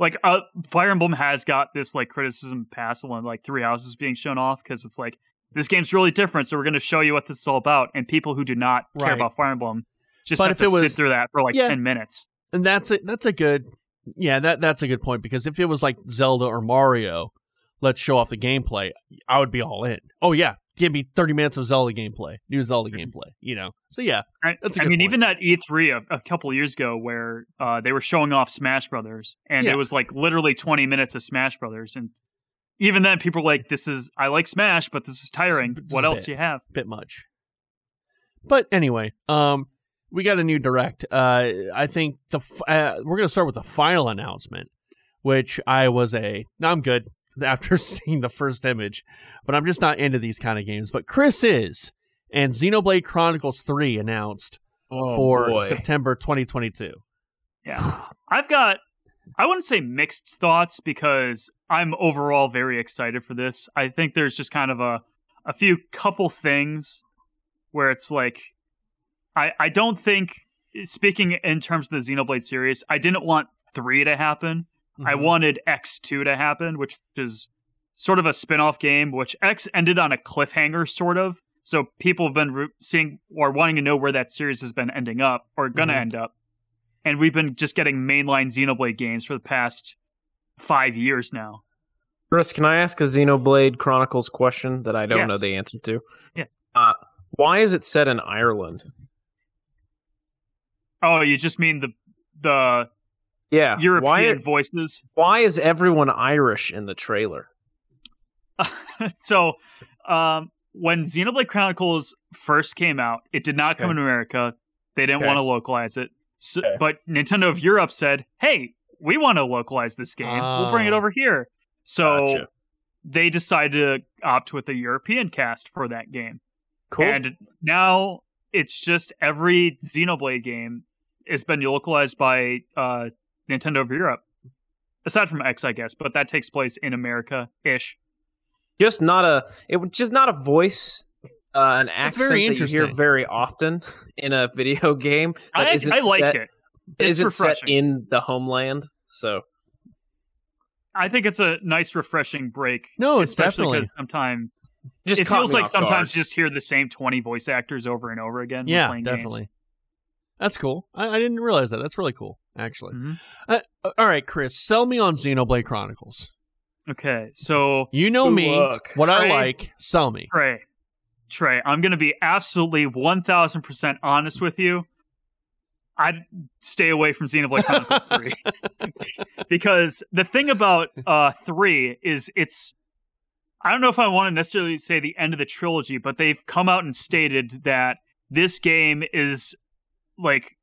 D: like uh, Fire Emblem has got this like criticism past when like Three Houses being shown off because it's like this game's really different, so we're going to show you what this is all about. And people who do not
B: Right.
D: care about Fire Emblem just
B: But
D: have
B: if
D: to
B: it was-
D: sit through that for like
B: Yeah.
D: ten minutes.
B: and that's a, that's a good yeah that that's a good point because if it was like Zelda or Mario, let's show off the gameplay, I would be all in. Oh yeah, give me 30 minutes of Zelda gameplay, new Zelda gameplay, you know. So yeah,
D: I,
B: That's a
D: I
B: good
D: mean,
B: point.
D: even that E3 a, a couple of years ago where uh, they were showing off Smash Brothers, and
B: Yeah.
D: it was like literally 20 minutes of Smash Brothers, and even then, people were like, "This is I like Smash, but this is tiring.
B: This is
D: what
B: a
D: else
B: bit."
D: do you have?"
B: bit much. But anyway, um, we got a new direct. Uh, I think the f- uh, we're gonna start with the final announcement, which I was a. No, I'm good after seeing the first image, but I'm just not into these kind of games. But Chris is, and Xenoblade Chronicles Three announced
D: Oh,
C: Oh,
B: for September 2022.
D: Yeah. I've got I wouldn't say mixed thoughts because I'm overall very excited for this. I think there's just kind of a a few couple things where it's like I I don't think speaking in terms of the Xenoblade series, I didn't want 3 to happen. I
C: Mm-hmm.
D: wanted X2 to happen, which is sort of a spin-off game which X ended on a cliffhanger sort of. So people have been re- seeing or wanting to know where that series has been ending up or going to
C: Mm-hmm.
B: Mhm.
D: end up. And we've been just getting mainline Xenoblade games for the past 5 years now.
C: Chris, can I ask a Xenoblade Chronicles question that I don't
D: Yes.
C: know the answer to?
D: Yeah.
C: Uh, why is it set in Ireland?
D: Oh, you just mean the the
C: Yeah.
D: European
C: Why,
D: voices?
C: why is everyone Irish in the trailer?
D: so um, when Xenoblade Chronicles first came out, it did not come
C: Okay.
D: in America. They didn't
C: Okay.
D: want to localize it. So,
C: Okay.
D: But Nintendo of Europe said, hey, we want to localize this game. We'll bring it
B: Oh.
D: over here. So
C: Gotcha.
D: they decided to opt with a European cast for that game.
C: Cool.
D: And now it's just every Xenoblade game has been localized by uh, Nintendo of Europe. Aside from X, I guess, but that takes place in America ish.
C: just not a it was just not a voice uh, an
B: That's
C: accent
B: very
C: that you hear
B: interesting.
C: very often in a video game that
D: I,
C: isn't
D: I like
C: set,
D: it. It's
C: isn't set
D: refreshing.
C: in the homeland so
D: I think it's a nice, refreshing break.
B: No, it's
D: especially
B: definitely-
D: because sometimes
C: just
D: it
C: caught
D: feels
C: me
D: like
C: off
D: sometimes
C: guard.
D: you just hear the same 20 voice actors over and over again. when
B: yeah,
D: playing
B: definitely.
D: Games.
B: That's cool. I, I didn't realize that. That's really cool, actually.
D: Mhm.
B: Uh, uh, all right, Chris, sell me on Xenoblade Chronicles.
D: Okay, so
B: You know
C: Good
B: me,
C: luck.
B: what I
D: Trey.
B: like. Sell me.
D: Trey, Trey, I'm going to be absolutely 1000% honest with you. I'd stay away from Xenoblade Chronicles 3. because the thing about uh 3 is it's I don't know if I want to necessarily say the end of the trilogy, but they've come out and stated that this game is like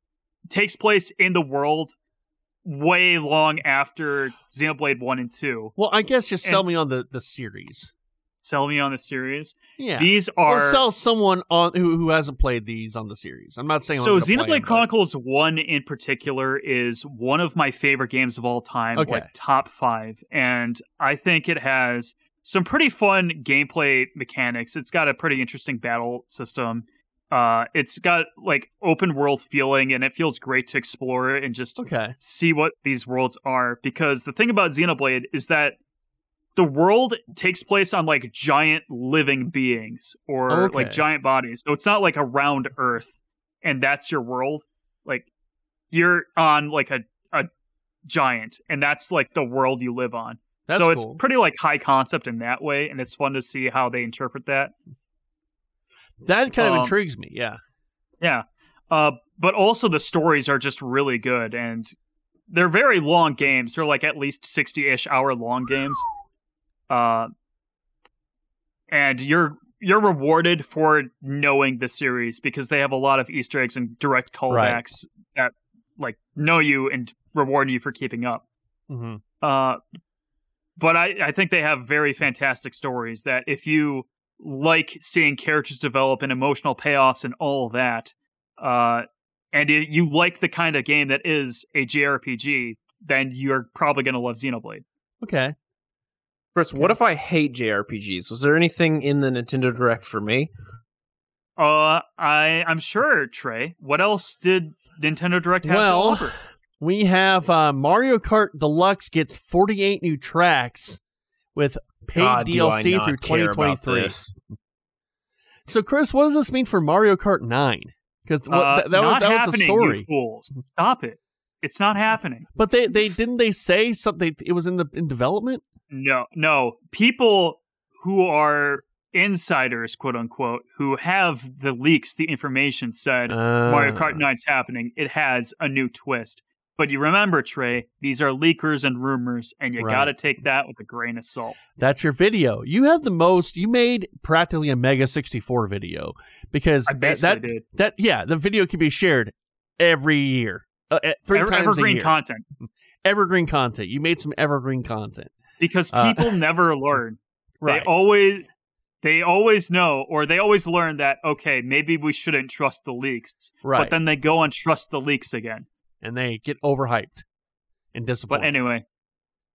D: takes place in the world way long after Xenoblade 1 and 2.
B: Well, I guess just sell
D: And-
B: me on the the series.
D: Sell me on the series.
B: Yeah.
D: These
B: or
D: are
B: sell someone on who who hasn't played these on the series. I'm not saying I'm
D: so
B: gonna play them,
D: xenoblade
B: but-
D: chronicles 1 in particular is one of my favorite games of all time
B: Okay.
D: like top five and i think it has some pretty fun gameplay mechanics it's got a pretty interesting battle system uh, it's got like open world feeling and it feels great to explore and just
B: Okay.
D: see what these worlds are because the thing about Xenoblade is that the world takes place on like giant living beings or like
B: Oh, Okay.
D: giant bodies. So it's not like a round earth and that's your world. Like you're on like a a giant and that's like the world you live on
B: That's
D: so
B: cool.
D: it's pretty like high concept in that way and it's fun to see how they interpret that
B: that kind of
D: um,
B: intrigues me. Yeah.
D: Yeah. Uh, but also the stories are just really good and they're very long games. They're like at least 60-ish hour long games. Uh, and you're you're rewarded for knowing the series because they have a lot of Easter eggs and direct
B: Right.
D: callbacks that like know you and reward you for keeping up.
B: Mm-hmm.
D: Uh, but I, I think they have very fantastic stories that if you like seeing characters develop and emotional payoffs and all that, uh, and you- you like the kind of game that is a JRPG, then you're probably going to love Xenoblade.
B: Okay.
C: chris what if i hate jrpgs was there anything in the nintendo direct for me
D: Uh, I I'm sure Trey. What else did Nintendo Direct have
B: Well,
D: to offer?
B: We have uh, Mario Kart Deluxe gets 48 new tracks with paid
C: God, Uh, do I
B: DLC
C: not
B: through
C: care about
B: 2023.
C: this.
B: So, Chris, what does this mean for Mario Kart 9? Because
D: Uh,
B: that, that, was,
D: not
B: that was the
D: happening, you
B: story.
D: fools! Stop it! It's not happening.
B: But they, they didn't they say something? It was in the in development.
D: No, no. People who are insiders, quote unquote, who have the leaks, the information said Mario
B: Ah.
D: Kart 9's happening. It has a new twist. But you remember, Trey, these are leakers and rumors, and you
B: Right.
D: gotta take that with a grain of salt.
B: That's your video. You have the most. You made practically a Mega 64 video because
D: I
B: that,
D: basically
B: that
D: did.
B: that yeah, the video can be shared every year, uh, uh, three
D: Ever-
B: times a
D: evergreen
B: year.
D: content.
B: evergreen content. You made some evergreen content,
D: Because
B: Uh,
D: people never learn.
B: right?
D: They always they always know or they always learn that, okay, maybe we shouldn't trust the leaks.
B: right.
D: But then they go and trust the leaks again.
B: and they get overhyped and disappointed.
D: But anyway,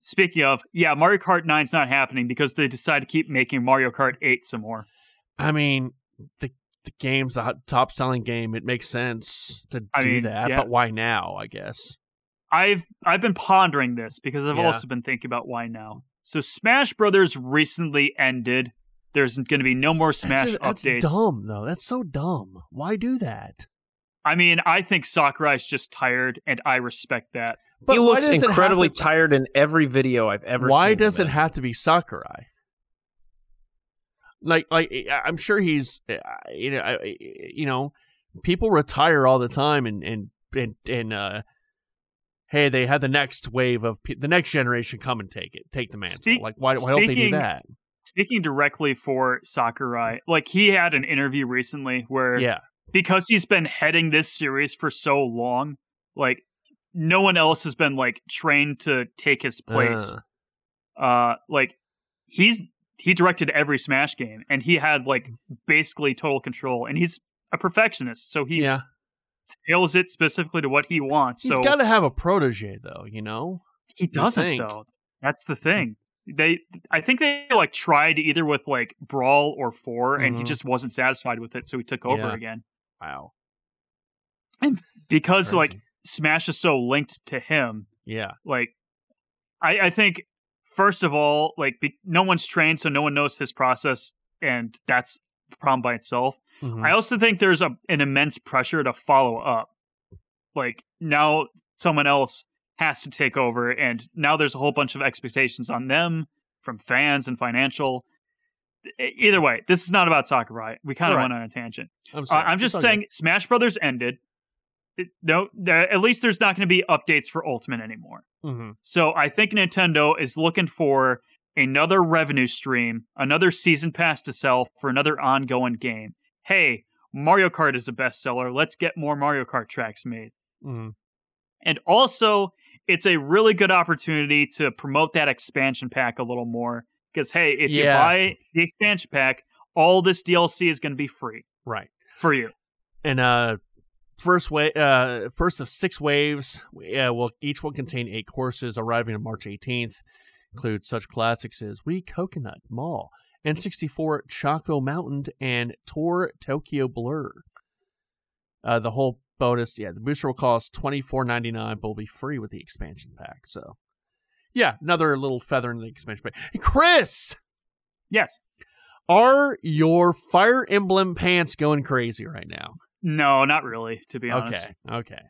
D: speaking of, yeah, Mario Kart 9's not happening because they decide to keep making Mario Kart 8 some more.
B: I mean, the the game's the hot- top selling game. It makes sense to
D: I
B: do
D: mean,
B: that,
D: yeah.
B: but why now? I guess.
D: I've I've been pondering this because I've
B: Yeah.
D: also been thinking about why now. So Smash Brothers recently ended. There's going to be no more
B: that's,
D: Smash
B: just-
D: updates.
B: that's dumb though. That's so dumb. Why do that?
D: I mean, I think Sakurai's just tired, and I respect that.
B: But
C: he
B: why
C: looks
B: does it have
C: incredibly
B: to-
C: tired in every video i've ever seen
B: Why
C: him
B: does it
C: in.
B: have to be Sakurai? Like, like I- I'm sure he's, uh, you know, I- I- you know, people retire all the time, and and and and uh, hey, they have the next wave of pe- the next generation come and take it, take the mantle.
D: Speak-
B: like, why, why don't they do
D: speaking-
B: that?
D: Speaking directly for Sakurai, like he had an interview recently where
B: Yeah,
D: because he's been heading this series for so long, like no one else has been like trained to take his place.
B: Uh,
D: uh like he's he directed every smash game and he had like
B: Mm-hmm.
D: basically total control and he's a perfectionist so he
B: yeah.
D: tails it specifically to what he wants
B: He's
D: so
B: got to have a protege, though, you know?
D: he doesn't
B: think. Mm-hmm.
D: though that's the thing they i think they like tried either with like brawl or 4 and he
B: Mhm.
D: just wasn't satisfied with it so he took over
B: Yeah.
D: again
B: Wow.
D: because like
B: Crazy.
D: smash is so linked to him
B: yeah.
D: like i i think first of all like be, no one's trained so no one knows his process and that's the problem by itself
B: Mhm.
D: i also think there's a, an immense pressure to follow up like now someone else has to take over and now there's a whole bunch of expectations on them from fans and financial E- either way this is not about sakurai we kind of
B: Right.
D: went on a tangent
B: I'm,
D: uh,
B: sorry.
D: I'm just
B: It's all
D: saying smash brothers ended It- no there, at least there's not going to be updates for ultimate anymore
B: good. Mhm.
D: so I think Nintendo is looking for another revenue stream, another season pass to sell for another ongoing game. Hey, Mario Kart is a bestseller. Let's get more Mario Kart tracks made.
B: Mhm.
D: And also, it's a really good opportunity to promote that expansion pack a little more. Because, hey, if you
B: Yeah.
D: buy the expansion pack, all this DLC is going to be free
B: Right.
D: for you.
B: And uh, first wa- uh, first of six waves, uh, will each will contain eight courses arriving on March 18th. Include such classics as We Coconut Mall, N64 Choco Mountain, and Tour Tokyo Blur. Uh, the whole bonus, yeah, the booster will cost twenty four ninety nine, but will be free with the expansion pack. So, yeah, another little feather in the expansion pack. Hey, Chris,
D: Yes.
B: are your Fire Emblem pants going crazy right now?
D: No, not really, to be honest.
B: Okay. Okay.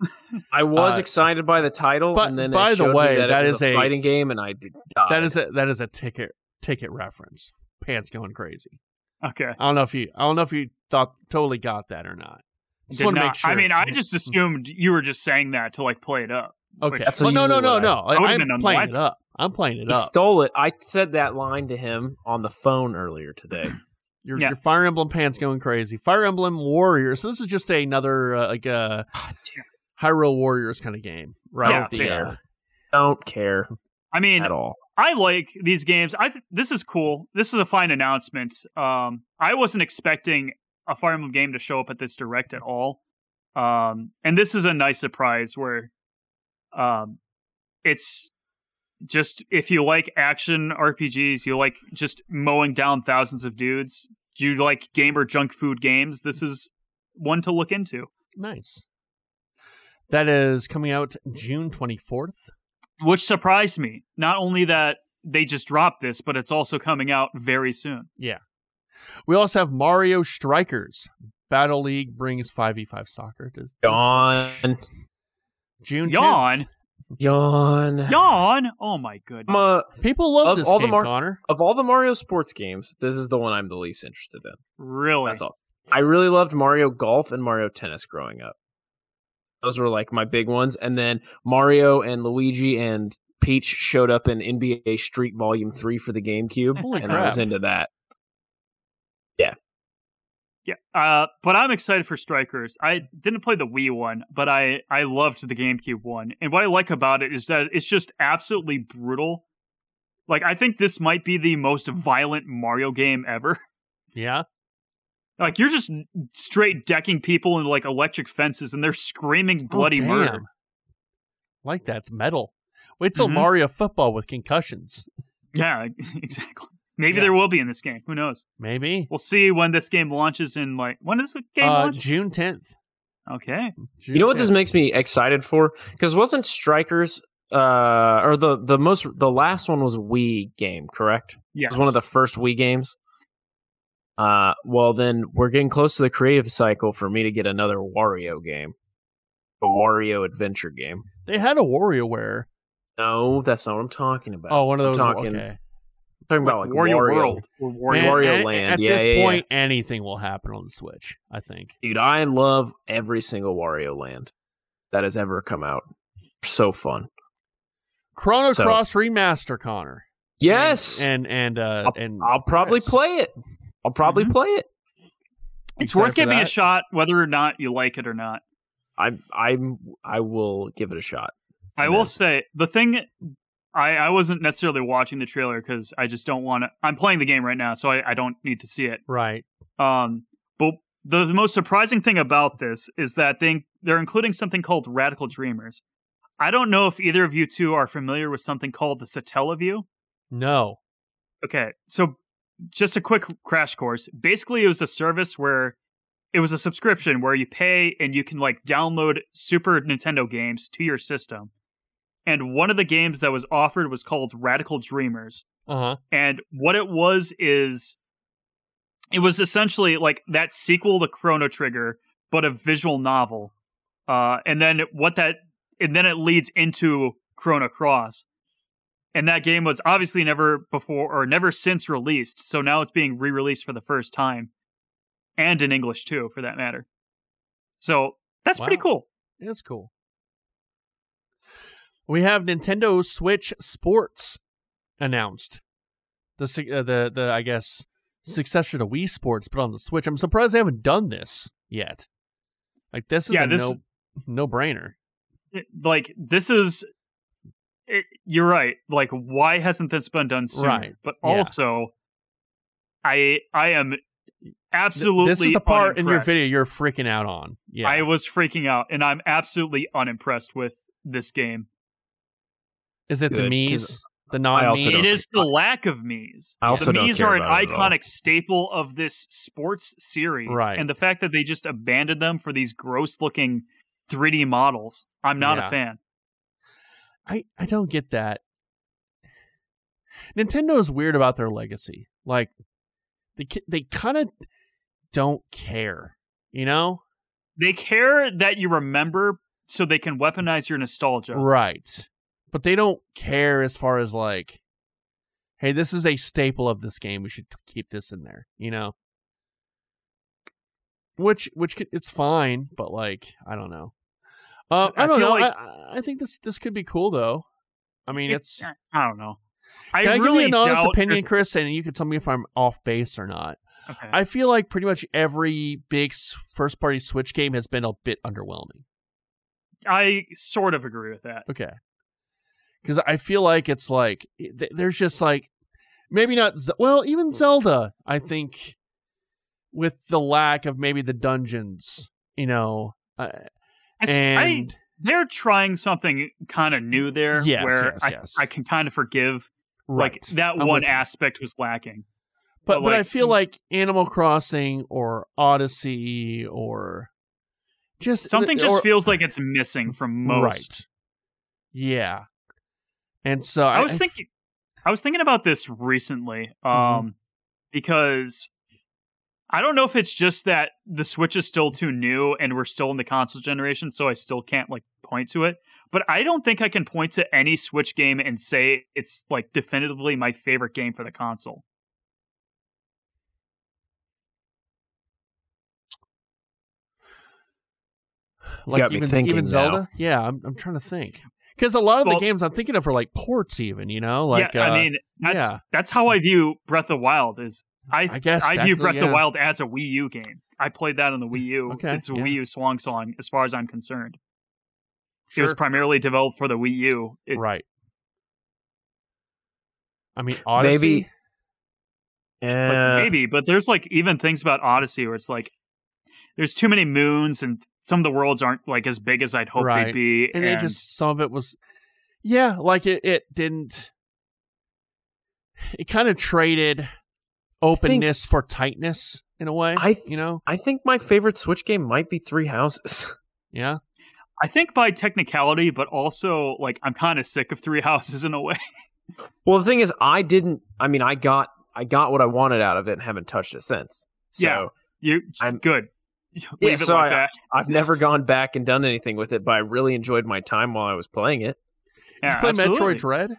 C: I was
B: Uh,
C: excited by the title,
B: but-
C: and then
B: by
C: it
B: the
C: showed
B: way,
C: me that,
B: that
C: it was
B: is
C: a
B: a-
C: fighting game, and I did die.
D: Uh,
B: that is a that is a ticket ticket reference. Pants going crazy.
D: Okay.
B: I don't know if you I don't know if you thought totally got that or not. Just
D: Did
B: want to
D: not-
B: make sure.
D: I mean, I just assumed you were just saying that to like play it up.
B: okay.
C: That's
B: Well, no, no, no,
C: usually
B: no.
D: uh, I would've
B: I, am
D: been
B: playing
D: unwise.
B: it up. I'm playing it
C: He
B: up.
C: stole it. I said that line to him on the phone earlier today.
B: Your,
D: Yeah.
B: your Fire Emblem pants going crazy. Fire Emblem Warriors. So this is just another uh, like uh, Hyrule Warriors kind of game, right?
D: Yeah,
C: Don't
D: fair.
C: care. Don't care
D: I mean,
C: at all.
D: I like these games. I th- this is cool. This is a fine announcement. Um, I wasn't expecting a Fire Emblem game to show up at this direct at all, um, and this is a nice surprise where, um, it's just if you like action RPGs, you like just mowing down thousands of dudes. You like gamer junk food games. This is one to look into.
B: Nice. That is coming out June 24th.
D: which surprised me. Not only that they just dropped this, but it's also coming out very soon.
B: We also have Mario Strikers. Battle League brings 5v5 soccer. Does does-
C: Yawn.
B: June 10th.
D: Yawn,
C: Yawn.
D: yawn. Oh my
C: I'm
D: goodness!
C: a-
B: People love
C: Of
B: this
C: all the
B: game,
C: mar-
B: Connor.
C: of all the Mario sports games, this is the one I'm the least interested in.
D: really?
C: That's all. I really loved Mario Golf and Mario Tennis growing up. Those were like my big ones. And then Mario and Luigi and Peach showed up in NBA Street Volume 3 for the GameCube.
B: Holy
C: and I
B: crap.
C: was into that.
D: Yeah. Uh, but I'm excited for Strikers. I didn't play the Wii one, but I I loved the GameCube one. And what I like about it is that it's just absolutely brutal. Like I think this might be the most violent Mario game ever.
B: Yeah.
D: Like you're just straight decking people in like electric fences, and they're screaming bloody
B: Oh, damn.
D: murder.
B: Like that's metal. Wait till
D: Mhm.
B: Mario football with concussions.
D: Yeah, exactly. Maybe
B: Yeah.
D: there will be in this game. Who knows?
B: Maybe.
D: We'll see when this game launches in like when is the game
B: Uh,
D: launch?
B: June 10th.
D: Okay.
C: You know what this makes me excited for? Because wasn't Strikers uh or the the most the last one was a Wii game, correct?
D: Yeah.
C: It was one of the first Wii games. Uh, well, then we're getting close to the creative cycle for me to get another Wario game, a Wario adventure game.
B: They had a WarioWare.
C: No, that's not what I'm talking about.
B: Oh, one of
C: I'm
B: those.
C: talking-
B: okay.
C: I'm talking about like
D: Wario,
C: Wario.
D: World or Wario.
C: Man. Wario
B: at,
C: Land.
B: At
C: Yeah,
B: this
C: yeah, yeah.
B: point, anything will happen on the Switch. I think.
C: Dude, I love every single Wario Land that has ever come out. So fun.
B: Chrono
C: So-
B: Cross remaster, Connor.
C: Yes,
B: And and uh, and
C: I'll probably
B: Chris.
C: play it. I'll probably
B: Mm-hmm.
D: Mhm.
C: play it.
D: It's
B: Excited
D: worth
B: for
D: giving a
B: that?
D: shot, whether or not you like it or not.
C: I, I'm. I will give it a shot.
D: I
C: No.
D: will say the thing I, I wasn't necessarily watching the trailer because I just don't want to. I'm playing the game right now, so I, I don't need to see it.
B: Right.
D: Um, but the, the most surprising thing about this is that they they're including something called radical dreamers. I don't know if either of you two are familiar with something called the Satella view.
B: No.
D: Okay, so just a quick crash course. Basically, it was a service where it was a subscription where you pay and you can like download Super Nintendo games to your system. And one of the games that was offered was called Radical Dreamers.
B: Uh huh.
D: And what it was is it was essentially like that sequel to Chrono Trigger, but a visual novel. Uh, and then what that and then it leads into Chrono Cross. And that game was obviously never before or never since released, so now it's being re-released for the first time. And in English too, for that matter. So that's pretty
B: Wow.
D: cool.
B: That's cool. We have Nintendo Switch Sports announced. The su- uh, the the I guess successor to Wii Sports, but on the Switch. I'm surprised they haven't done this yet. Like this is
D: Yeah,
B: a
D: this-
B: no no brainer.
D: It- eh, like this is it, you're right like why hasn't this been done sooner
B: Right,
D: but
B: yeah.
D: also i i am absolutely
B: this is the part in your
D: unimpressed.
B: video you're freaking out on. Yeah,
D: i was freaking out and i'm absolutely unimpressed with this game
B: is it the
C: Good, 'cause
B: Mii's? The non
C: I also
B: Mii's?
C: don't
D: it is the lack of Mii's.
C: I also
D: the
C: don't
D: Mii's
C: care
D: are an
C: about it at all.
D: iconic staple of this sports series,
B: Right.
D: and the fact that they just abandoned them for these gross-looking 3D models, I'm not
B: Yeah.
D: a fan.
B: I, I don't get that. Nintendo is weird about their legacy. Like they ki- they kind of don't care, you know?
D: They care that you remember so they can weaponize your nostalgia.
B: Right. But they don't care as far as like hey, this is a staple of this game. We should keep this in there, you know? Which which could, it's fine, but like I don't know. Uh, I,
D: I
B: don't
D: feel
B: know.
D: like-
B: I, I think this this could be cool though. I mean, it's
D: I- I don't know. I
B: Can I,
D: really
B: give you an honest
D: doubt
B: opinion,
D: there's-
B: Chris? And you can tell me if I'm off base or not.
D: Okay.
B: I feel like pretty much every big first party Switch game has been a bit underwhelming.
D: I sort of agree with that.
B: Okay. Because I feel like it's like, th- there's just like, maybe not, Ze- well, even Zelda, I think, with the lack of maybe the dungeons, you know. Uh,
D: I s- I,
B: and
D: they're trying something kind of new there,
B: Yes,
D: where
B: yes,
D: I,
B: yes.
D: I can kind of forgive like
B: right.
D: that
B: I'm
D: one
B: with you.
D: aspect was lacking.
B: but
D: But,
B: but I
D: like- mm.
B: feel like Animal Crossing or Odyssey or just
D: Something just
B: uh, or-
D: feels like it's missing from most.
B: Right. Yeah. And so I, Mm-hmm.
D: I was thinking, I was thinking about this recently, um, because I don't know if it's just that the Switch is still too new and we're still in the console generation, so I still can't like point to it. But I don't think I can point to any Switch game and say it's like definitively my favorite game for the console.
B: like
C: got me
B: even,
C: thinking
B: even
C: now.
B: Zelda. Yeah, I'm I'm trying to think because a lot of the
D: Well-
B: games I'm thinking of are like ports, even you know, like
D: yeah,
B: uh,
D: I mean, that's
B: yeah.
D: that's how I view Breath of the Wild. Is I
B: I guess
D: I view
B: technically,
D: Breath of
B: yeah.
D: the Wild as a Wii U game. I played that on the Wii U.
B: Okay,
D: it's a
B: yeah.
D: Wii U swan song, as far as I'm concerned. It was
B: sure.
D: primarily developed for the Wii U. It-
B: right. I mean, Odyssey.
C: Maybe- Eh,
D: like,
C: Yeah.
D: maybe, but there's like even things about Odyssey where it's like there's too many moons and some of the worlds aren't like as big as I'd hoped
B: Right.
D: they'd be.
B: and it just some of it was yeah like it, it didn't it kind of traded openness for tightness in a way
C: I th-
B: you know
C: I think my favorite Switch game might be Three Houses.
B: yeah
D: I think by technicality, but also like I'm kind of sick of Three Houses in a way.
C: Well, the thing is, I didn't. I mean, I got I got what I wanted out of it and haven't touched it since. So
D: Yeah. You
C: I'm-
D: good.
C: Yeah,
D: Leave it
C: so
B: uh,
D: like
C: I-
D: that.
C: I've never gone back and done anything with it, but I really enjoyed my time while I was playing it.
D: Yeah,
B: Did you play
D: absolutely.
B: metroid dread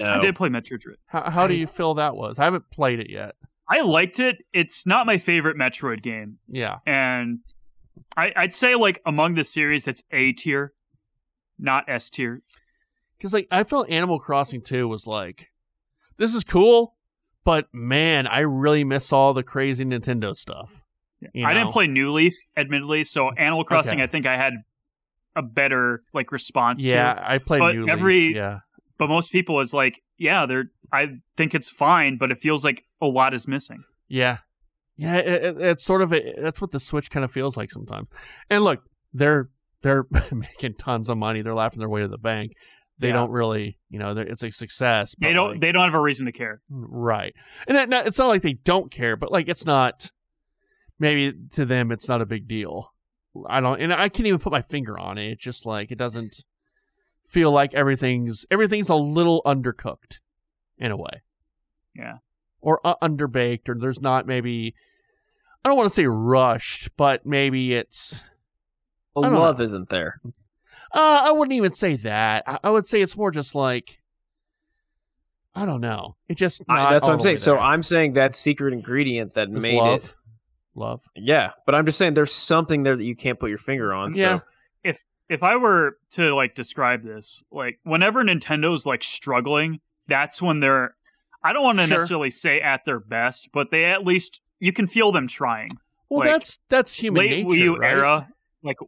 D: I
C: No.
D: did play Metroid Dread.
B: how, how do you feel that was i haven't played it yet
D: I liked it. It's not my favorite Metroid game,
B: yeah
D: and I, I'd say like among the series, it's A tier, not S tier.
B: because like i felt animal crossing 2 was like this is cool but man i really miss all the crazy nintendo stuff you
D: I didn't
B: know?
D: play New Leaf, admittedly. So Animal Crossing,
B: Okay.
D: I think I had a better like response to.
B: yeah, I played
D: But
B: New
D: every-
B: Leaf. Yeah,
D: But most people is like, yeah, they're I think it's fine, but it feels like a lot is missing.
B: yeah, yeah. It, it- it's sort of a, that's what the Switch kind of feels like sometimes. And look, they're they're making tons of money. They're laughing their way to the bank. They
D: Yeah.
B: don't really, you know, they're- it's a success.
D: They
B: but,
D: don't
B: like-
D: they don't have a reason to care.
B: Right. And that, not, it's not like they don't care, but like it's not maybe to them it's not a big deal. I don't and I can't even put my finger on it. It's just like it doesn't feel like everything's everything's a little undercooked in a way.
D: Yeah.
B: Or uh, underbaked or there's not maybe I don't want to say rushed, but maybe it's
C: The
B: I don't
C: love isn't there.
B: uh, I wouldn't even say that. I, I would say it's more just like I don't know. It just
C: I,
B: not
C: that's what
B: all
C: I'm
B: the
C: saying.
B: way
C: So
B: there.
C: I'm saying that secret ingredient that
B: It's
C: made
B: love.
C: it.
B: Love.
C: Yeah, but I'm just saying there's something there that you can't put your finger on.
B: Yeah.
C: So
D: If I were to like describe this, like whenever Nintendo's like struggling, that's when they're I don't want to
B: Sure.
D: necessarily say at their best, but they at least you can feel them trying.
B: Well,
D: Like,
B: that's that's human
D: Late
B: nature,
D: Wii U
B: right?
D: era,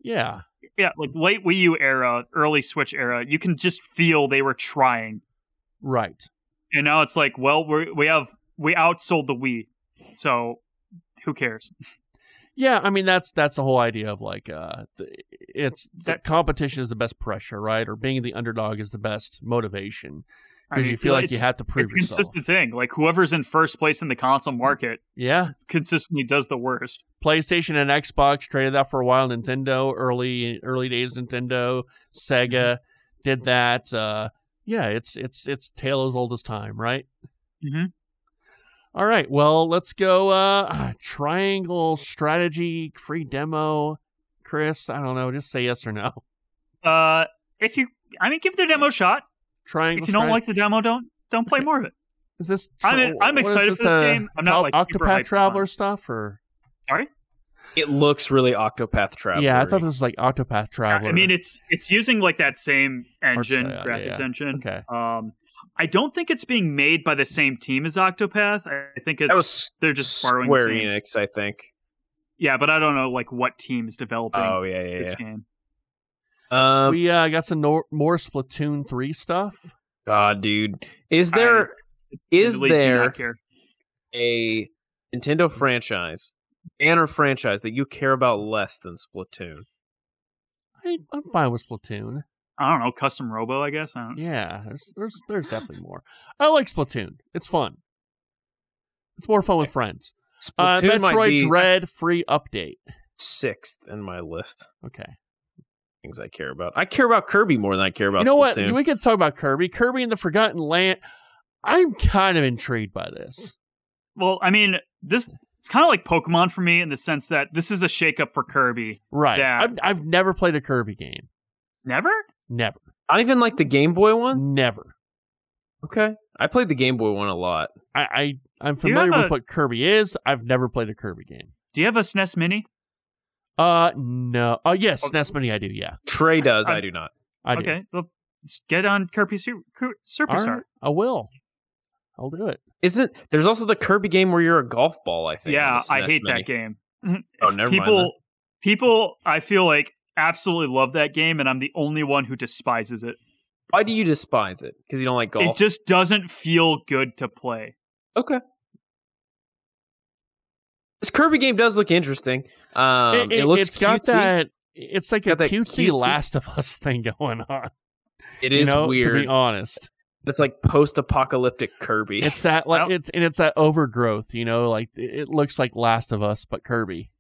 B: Yeah,
D: yeah, like late Wii U era, early Switch era, you can just feel they were trying.
B: right.
D: And now it's like, well, we we have we outsold the Wii, so who cares?
B: Yeah, I mean that's that's the whole idea of like uh, the, it's that
D: That-
B: competition is the best pressure, right? Or being the underdog is the best motivation
D: I
B: because
D: mean,
B: you feel like you
D: it's-
B: have to prove
D: It's a
B: yourself.
D: consistent thing. Like whoever's in first place in the console market
B: Yeah,
D: consistently does the worst.
B: PlayStation and Xbox traded that for a while. Nintendo early early days Nintendo, Sega
D: Mm-hmm.
B: did that. Uh, yeah, it's it's it's tale as old as time, right?
D: Mm-hmm.
B: All right, well, let's go. Uh, ah, triangle strategy free demo, Chris. I don't know. Just say yes or no.
D: Uh, if you, I mean, give the demo a shot.
B: Triangle.
D: If you don't
B: strat-
D: like the demo, don't don't play
B: Okay.
D: more of it.
B: is this?
D: I'm in- I'm
B: what is
D: excited for this
B: uh,
D: game. I'm not,
B: Tal-
D: like, super hyped
B: Octopath
D: on
B: Traveler
D: it.
B: stuff, or
C: it looks really Octopath Traveler.
B: yeah, I thought this was like Octopath Traveler.
D: I mean, it's it's using like that same engine,
B: style, yeah,
D: graphics
B: yeah.
D: engine.
B: okay.
D: Um, I don't think it's being made by the same team as Octopath. I I think it's
C: that was
D: they're just borrowing. the
C: Square
D: same-
C: Enix, I think.
D: Yeah, but I don't know like what team is developing
C: Oh yeah, yeah,
D: this
C: yeah.
D: game.
C: Um,
B: we uh, got some nor- more Splatoon three stuff.
C: God, dude, is there is
D: Admittedly, do not
C: there
D: care.
C: a Nintendo franchise, banner franchise that you care about less than Splatoon?
B: I, I'm fine with Splatoon.
D: I don't know, custom Robo, I guess. I don't.
B: Yeah, there's there's there's definitely more. I like Splatoon. It's fun. It's more fun with friends. Uh,
C: Eh, Splatoon might
B: Metroid
C: be
B: Dread free update.
C: sixth in my list.
B: Okay.
C: Things I care about. I care about Kirby more than I care about.
B: you know what?
C: Splatoon.
B: We could talk about Kirby. Kirby and the Forgotten Land. I'm kind of intrigued by this.
D: Well, I mean, this it's kind of like Pokemon for me in the sense that this is a shakeup for Kirby.
B: Right.
D: Yeah.
B: I've I've never played a Kirby game.
D: Never?
B: Never.
C: Not even like the Game Boy one.
B: Never.
C: Okay, I played the Game Boy one a lot.
B: I, I I'm
D: you have
B: familiar with
D: a-
B: what Kirby is. I've never played a Kirby game.
D: Do you have a SNES Mini?
B: Uh no. Oh yes, SNES Mini I do. Yeah,
C: Trey does. I,
D: I-
C: do not.
B: I do.
D: Okay, well, s- get on Kirby Su- Cur-
B: All right,
D: Superstar.
B: I will. I'll do it.
C: Isn't there's also the Kirby game where you're a golf ball? I think. on
D: Yeah,
C: the
D: I
C: SNES
D: hate
C: Mini.
D: that game.
C: Oh, never mind
D: people,
C: then.
D: people, I feel like absolutely love that game, and I'm the only one who despises it.
C: Why do you despise it? Because you don't like golf.
D: It just doesn't feel good to play.
C: okay. This Kirby game does look interesting. Um, it, looks
B: has got
C: cutesy.
B: that. It's like
C: Got
B: a
C: that
B: cutesy,
C: cutesy-
B: Last of Us thing going on.
C: It
B: you
C: is
B: know, To
C: weird.
B: be honest,
C: That's like post-apocalyptic Kirby.
B: it's that like
D: Well-
B: it's and it's that overgrowth. You know, like it it looks like Last of Us but Kirby.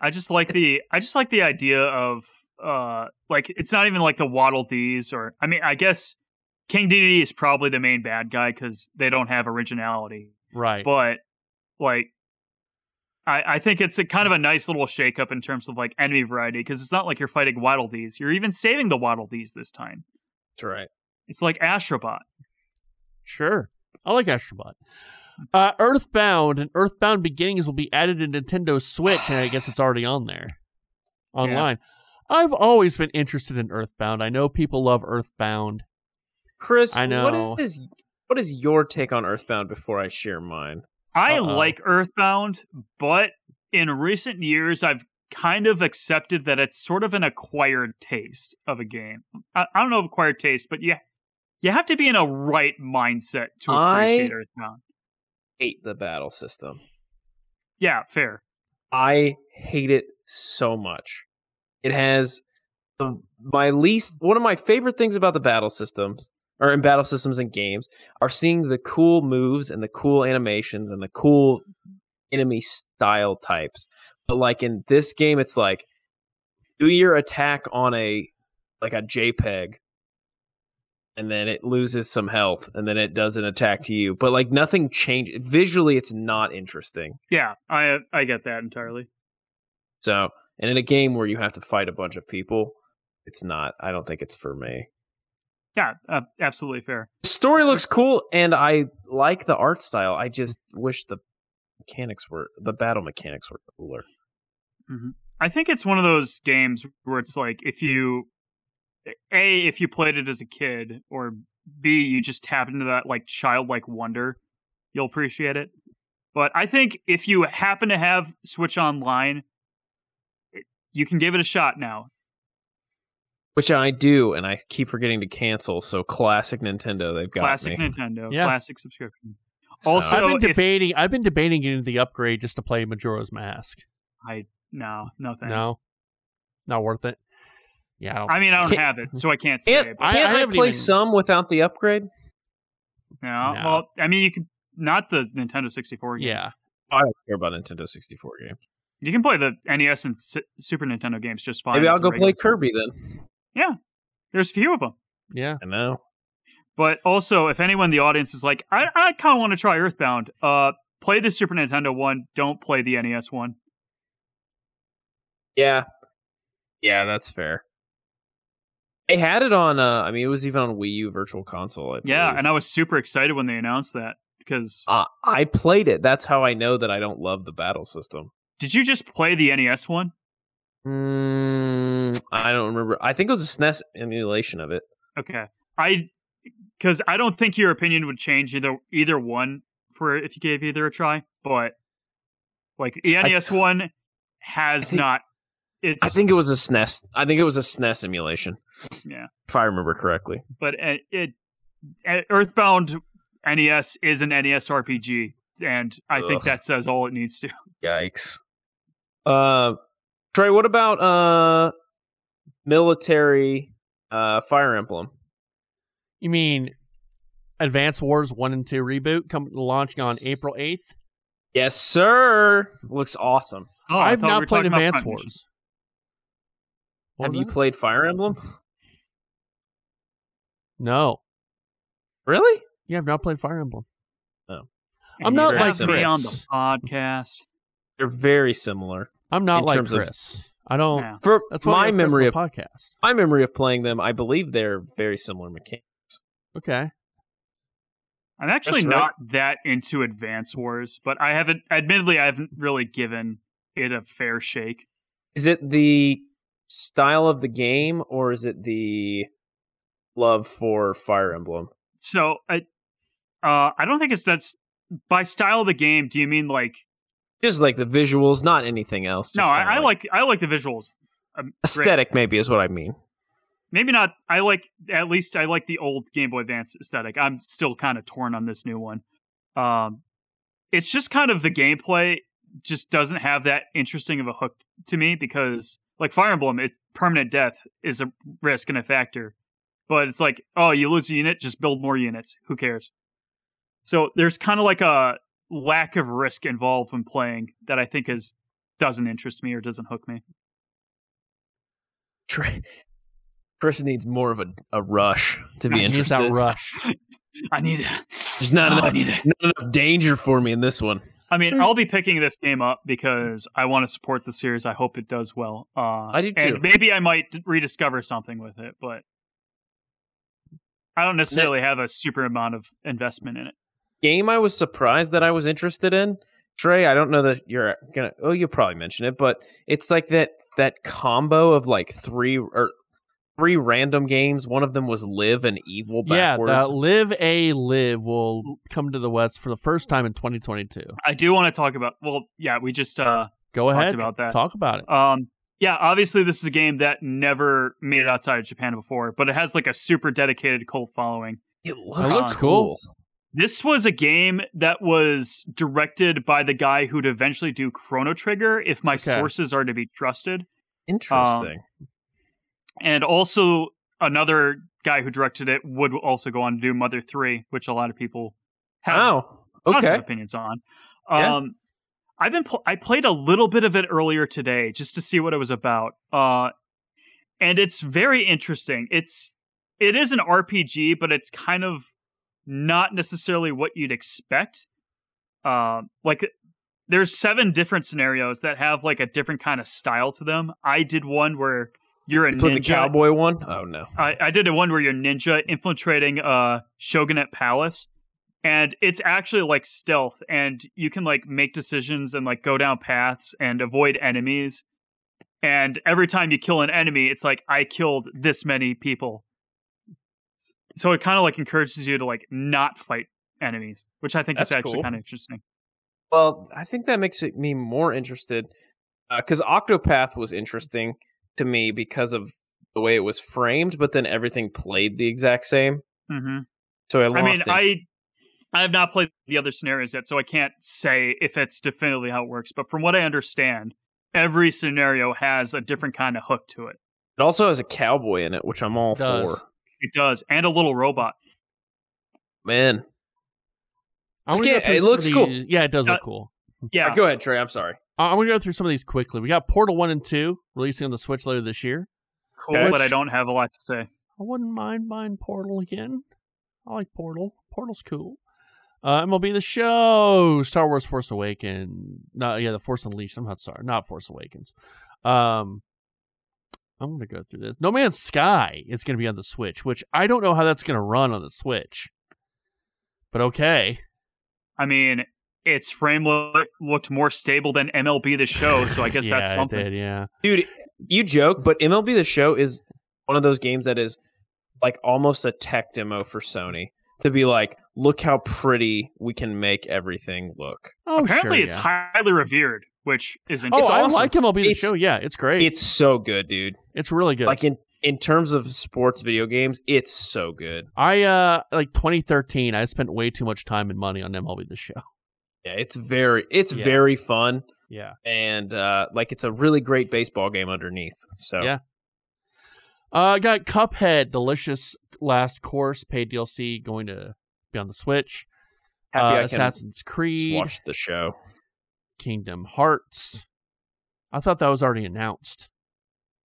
D: I just like the I just like the idea of uh like it's not even like the Waddle Dees or I mean I guess King Dedede is probably the main bad guy because they don't have originality,
B: Right.
D: but like I I think it's a kind of a nice little shakeup in terms of like enemy variety because it's not like you're fighting Waddle Dees, you're even saving the Waddle Dees this time.
C: That's right.
D: It's like Astrobot.
B: Sure. I like Astrobot. Uh, Earthbound and Earthbound Beginnings will be added to Nintendo Switch, and I guess it's already on there online. I've always been interested in Earthbound. I know people love Earthbound.
C: Chris,
B: I know.
C: What is what is your take on Earthbound before I share mine?
D: I
B: Uh-oh.
D: like Earthbound, but in recent years I've kind of accepted that it's sort of an acquired taste of a game. I, I don't know if acquired taste, but yeah, you have to be in a right mindset to
C: I-
D: appreciate Earthbound.
C: Hate the battle system.
D: Yeah, fair.
C: I hate it so much. It has the, my least one of my favorite things about the battle systems or in battle systems and games are seeing the cool moves and the cool animations and the cool enemy style types. But like in this game it's like do your attack on a like a JPEG and then it loses some health and then it does an attack to you. But like nothing changes visually it's not interesting.
D: Yeah, I I get that entirely.
C: So, and in a game where you have to fight a bunch of people, it's not. I don't think it's for me.
D: Yeah, uh, absolutely fair.
C: The story looks cool, and I like the art style. I just wish the mechanics were the battle mechanics were cooler.
D: I think it's one of those games where it's like if you a if you played it as a kid or b you just tap into that like childlike wonder, you'll appreciate it. But I think if you happen to have Switch Online, it- you can give it a shot now.
C: Which I do, and I keep forgetting to cancel. So classic Nintendo, they've got
D: classic
C: me.
D: Nintendo,
B: Yeah.
D: classic subscription.
C: So-
D: Also-
B: I've
D: So
B: been
D: if-
B: debating. I've been debating getting the upgrade just to play Majora's Mask.
D: No, no thanks.
B: No, not worth it. Yeah, I don't
D: I mean I don't
C: Can't-
D: have it, so I can't say.
C: can't,
D: but-
B: I-
C: can't
B: I
C: I,
B: haven't
C: play
B: even-
C: some without the upgrade?
D: No.
B: No.
D: Well, I mean, you can not the Nintendo 64 games.
B: yeah,
C: I don't care about Nintendo sixty four games.
D: You can play the NES and S- Super Nintendo games just fine.
C: Maybe
D: with
C: I'll
D: the
C: go
D: regular-
C: play Kirby then.
D: There's few of them.
B: yeah.
C: I know.
D: But also, if anyone in the audience is like, I, I kind of want to try Earthbound, uh, play the Super Nintendo one. Don't play the NES one.
C: Yeah. Yeah, that's fair. They had it on uh I mean it was even on Wii U virtual console. I
D: Yeah,
C: believe.
D: and I was super excited when they announced that because
C: uh, I played it. That's how I know that I don't love the battle system.
D: did you just play the NES one?
C: Mm, I don't remember. I think it was a SNES emulation of it.
D: Okay, I because I don't think your opinion would change either either one for if you gave either a try. But like the NES one has
C: think-
D: not. It's
C: I think it was a SNES. I think it was a SNES emulation.
D: Yeah.
C: If I remember correctly.
D: but it, it uh, Earthbound NES is an E NES RPG, and I think
C: Ugh.
D: that says all it needs to.
C: Yikes. Uh Trey, what about uh military uh Fire Emblem?
B: You mean Advance Wars One and Two reboot come launching on
C: S-
B: April eighth?
C: Yes, sir. Looks awesome.
D: Oh, I
B: I've
D: thought we
B: not
D: were
B: played
D: talking about
B: Advance
D: Prime Mission.
B: Wars. What
C: Have
B: was
C: you
B: that?
C: played Fire Emblem?
B: no,
C: Really?
B: you have not played Fire Emblem.
D: And
B: I'm
D: you
B: not
D: have
C: like
D: to be on the
B: Chris.
D: podcast.
C: They're very similar.
B: I'm not
C: In
B: like
C: terms of-
B: Chris. I don't.
D: Yeah.
C: For
B: That's why
C: my
B: I have Chris on
C: memory
B: the
C: of
B: podcast.
C: my memory of playing them, I believe they're very similar mechanics.
B: Okay,
D: I'm actually
C: That's right.
D: not that into Advance Wars, but I haven't. Admittedly, I haven't really given it a fair shake.
C: Is it the style of the game or is it the love for Fire Emblem?
D: So I, uh, I don't think it's that's by style of the game. Do you mean like?
C: Just like the visuals, not anything else. just
D: no,
C: kinda
D: I, I like I like the visuals.
C: aesthetic, maybe is what I mean.
D: Maybe not. I like at least I like the old Game Boy Advance aesthetic. I'm still kind of torn on this new one. Um, it's just kind of the gameplay just doesn't have that interesting of a hook to me because like Fire Emblem, it permanent death is a risk and a factor, but it's like oh you lose a unit, just build more units. Who cares? So there's kind of like a lack of risk involved when playing that I think is doesn't interest me or doesn't hook me.
C: Trey, Chris needs more of a, a rush to be
B: I need
C: interested.
B: that rush.
D: I need.
C: There's not
D: Oh,
C: enough-
D: I need it.
C: Not enough danger for me in this one.
D: I mean, I'll be picking this game up because I want to support the series. I hope it does well. Uh,
C: I do too.
D: And maybe I might d- rediscover something with it, but I don't necessarily have a super amount of investment in it.
C: game I was surprised that I was interested in. Trey, I don't know that you're gonna. Oh, you'll probably mention it, but it's like that that combo of like three or three random games. One of them was Live and Evil
B: Yeah,
C: backwards.
B: the Live A Live will come to the West for the first time in 2022.
D: I do want to talk about. Well, yeah, we just uh,
B: Go
D: Talked
B: ahead,
D: about that.
B: talk about it.
D: Um, yeah, obviously this is a game that never made it outside of Japan before, but it has like a super dedicated cult following.
C: It
D: looks
B: cool.
D: This was a game that was directed by the guy who'd eventually do Chrono Trigger, if my
B: Okay.
D: sources are to be trusted,
C: Interesting.
D: Um, and also another guy who directed it would also go on to do Mother Three, which a lot of people have
C: Wow.
D: positive
C: Okay.
D: opinions on.
C: Yeah.
D: Um, I've been pl- I played a little bit of it earlier today just to see what it was about. Uh, and it's very interesting. It's it is an RPG, but it's kind of not necessarily what you'd expect. Um, like there's seven different scenarios that have like a different kind of style to them. I did one where you're a
C: You played the
D: ninja.
C: cowboy one? Oh no.
D: I, I did a one where you're ninja infiltrating a shogunate palace, and it's actually like stealth, and you can like make decisions and like go down paths and avoid enemies. And every time you kill an enemy, it's like I killed this many people. S- So it kind of like encourages you to like not fight enemies, which I think is
C: That's
D: actually
C: cool.
D: kind of interesting.
C: Well, I think that makes it- me more interested because Octopath was interesting to me because of the way it was framed, but then everything played the exact same.
D: hmm
C: So I lost.
D: I mean,
C: interest.
D: I I have not played the other scenarios yet, so I can't say if it's definitively how it works. But from what I understand, every scenario has a different kind of hook to it.
C: It also has a cowboy in it, which I'm all
B: Does.
C: for.
D: It does, and a little robot.
C: Man,
B: I wanna go
C: Skit,
B: through
C: it
B: some
C: looks
B: of
C: cool.
B: these- Yeah, it does look
D: Uh,
B: cool.
D: Yeah,
C: go ahead, Trey. I'm sorry.
B: I- I'm gonna go through some of these quickly. We got Portal One and Two releasing on the Switch later this year.
D: cool,
C: Okay.
D: but I don't have a lot to say.
B: I wouldn't mind buying Portal again. I like Portal. Portal's cool. Uh, MLB the Show, Star Wars Force Awakens. No, yeah, the Force Unleashed. I'm not sorry, not Force Awakens. Um, I'm gonna go through this. No Man's Sky is gonna be on the Switch, which I don't know how that's gonna run on the Switch, but okay.
D: I mean, its frame lo- looked more stable than MLB the Show, so I guess
B: Yeah,
D: that's
B: it
D: something.
B: did, yeah,
C: Dude, you joke, but MLB The Show is one of those games that is like almost a tech demo for Sony to be like, look how pretty we can make everything look.
B: oh,
D: Apparently,
B: sure,
D: it's
B: yeah.
D: highly revered, which is
B: Oh,
D: interesting.
C: It's
B: I
C: awesome.
B: like MLB the
C: It's-
B: Show. Yeah, it's great. It's,
C: It's so good, dude.
B: really good.
C: Like in in terms of sports video games, it's so good.
B: I uh like 2013. I spent way too much time and money on MLB the Show.
C: Yeah, it's very it's
B: Yeah.
C: very fun
B: Yeah.
C: and uh like it's a really great baseball game underneath. So
B: Yeah. Uh, got Cuphead, delicious last course, paid DLC, going to be on the Switch.
C: happy
B: Uh,
C: I can
B: Assassin's
C: just
B: Creed,
C: watch the show.
B: Kingdom Hearts. I thought that was already announced.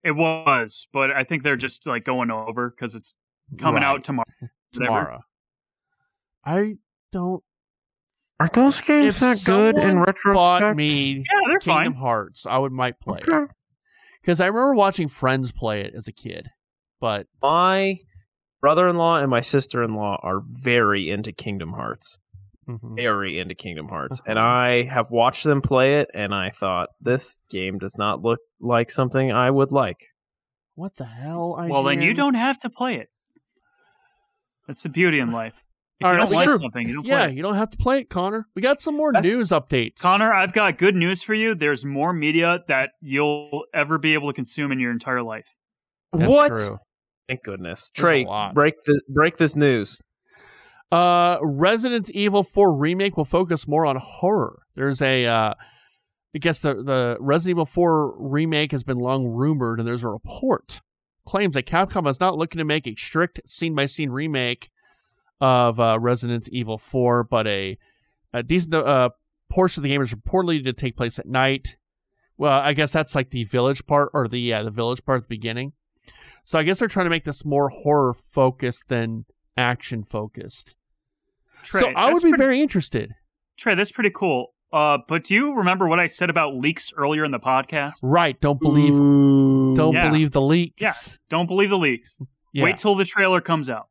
D: it was, but I think they're just like going over because it's coming
B: Right,
D: out tomorrow. whatever.
B: tomorrow. I don't
E: Are those games
B: If
E: that good in
B: someone bought
E: retrospect?
B: me
D: Yeah, they're
B: Kingdom
D: fine.
B: Hearts. I would might play
E: Okay.
B: because I remember watching friends play it as a kid, but
C: My brother-in-law and my sister-in-law are very into Kingdom Hearts.
D: Mm-hmm.
B: mhm.
C: very into Kingdom Hearts, and
B: Uh-huh.
C: I have watched them play it, and I thought this game does not look like something I would like.
B: what the hell? IGN?
D: Well, then you don't have to play it. That's the beauty in life. If
B: All right,
D: you don't
B: that's
D: like
B: true.
D: something, you don't play
B: Yeah,
D: it.
B: you don't have to play it, Connor. We got some more
C: That's-
B: news updates.
D: Connor, I've got good news for you. There's more media that you'll ever be able to consume in your entire life.
B: That's
C: what?
B: true.
C: Thank goodness,
B: There's
C: Trey,
B: a lot.
C: break the break this news.
B: Uh, Resident Evil 4 remake will focus more on horror. There's a, uh, I guess the the Resident Evil 4 remake has been long rumored, and there's a report claims that Capcom is not looking to make a strict scene by scene remake of uh, Resident Evil 4, but a a decent uh, portion of the game is reportedly to take place at night. Well, I guess that's like the village part, or the yeah, the village part at the beginning. So I guess they're trying to make this more horror focused than action focused.
D: Trey,
B: so I would
D: that's
B: be
D: pretty,
B: very interested.
D: Trey. That's pretty cool. Uh, but do you remember what I said about leaks earlier in the podcast?
B: Right? Don't believe. Don't
D: Yeah.
B: believe the leaks.
D: Yeah. Don't believe the leaks.
B: Yeah.
D: Wait till the trailer comes out.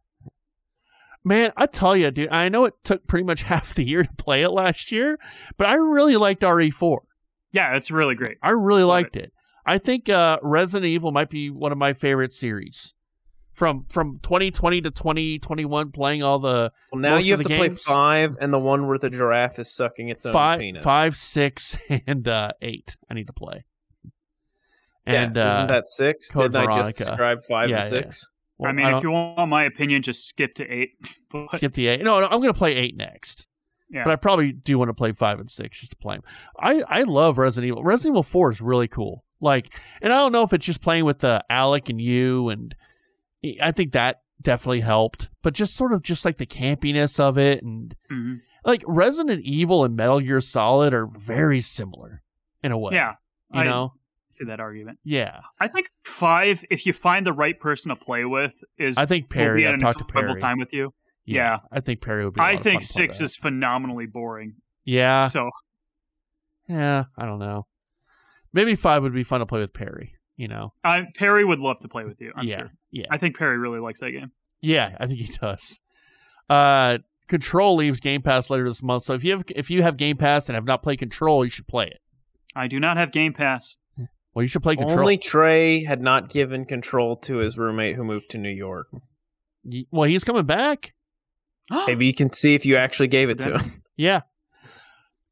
B: man. I tell you, dude. I know it took pretty much half the year to play it last year, but I really liked RE4.
D: Yeah, it's really great.
B: I really
D: Love
B: liked it. I think uh, Resident Evil might be one of my favorite series from from 2020 to 2021 playing all the
C: Well, now
B: Most
C: you
B: of
C: have
B: the
C: to play
B: games-
C: five and the one where the giraffe is sucking its own
B: five,
C: penis.
B: five, six, and uh, eight. I need to play.
C: Yeah,
B: And uh,
C: isn't that six?
B: Code
C: Didn't I just
B: Veronica.
C: describe five
B: Yeah,
C: and
B: yeah,
C: six?
B: well,
D: I mean, if you want my opinion, just skip to eight. But
B: skip the eight, no, no, I'm going to play eight next.
D: Yeah.
B: But I probably do want to play five and six just to play them. I I love Resident Evil. Resident Evil Four is really cool. Like, and I don't know if it's just playing with uh, Alec and you, and I think that definitely helped. But just sort of just like the campiness of it, and
D: Mhm.
B: like Resident Evil and Metal Gear Solid are very similar in a way.
D: yeah,
B: you
D: I-
B: know,
D: see that argument.
B: yeah.
D: I think five, if you find the right person to play with, is
B: I think
D: will
B: Perry.
D: be
B: I've
D: an
B: talked to
D: enjoyable
B: Perry.
D: time with you. yeah.
B: I think Perry would be. a lot
D: I
B: of
D: think
B: fun to play
D: six
B: that. Ah.
D: is phenomenally boring.
B: Yeah,
D: so
B: yeah. I don't know. Maybe five would be fun to play with Perry. You know.
D: I, Perry would love to play with you. I'm
B: yeah.
D: sure.
B: Yeah.
D: I think Perry really likes that game.
B: Yeah, I think he does. Uh, Control leaves Game Pass later this month, so if you have if you have Game Pass and have not played Control, you should play it.
D: I do not have Game Pass.
B: Well, you should play
C: If
B: Control.
C: Only Trey had not given control to his roommate who moved to New York.
B: Y- well, he's coming back.
C: Maybe you can see if you actually gave it to him.
B: Yeah,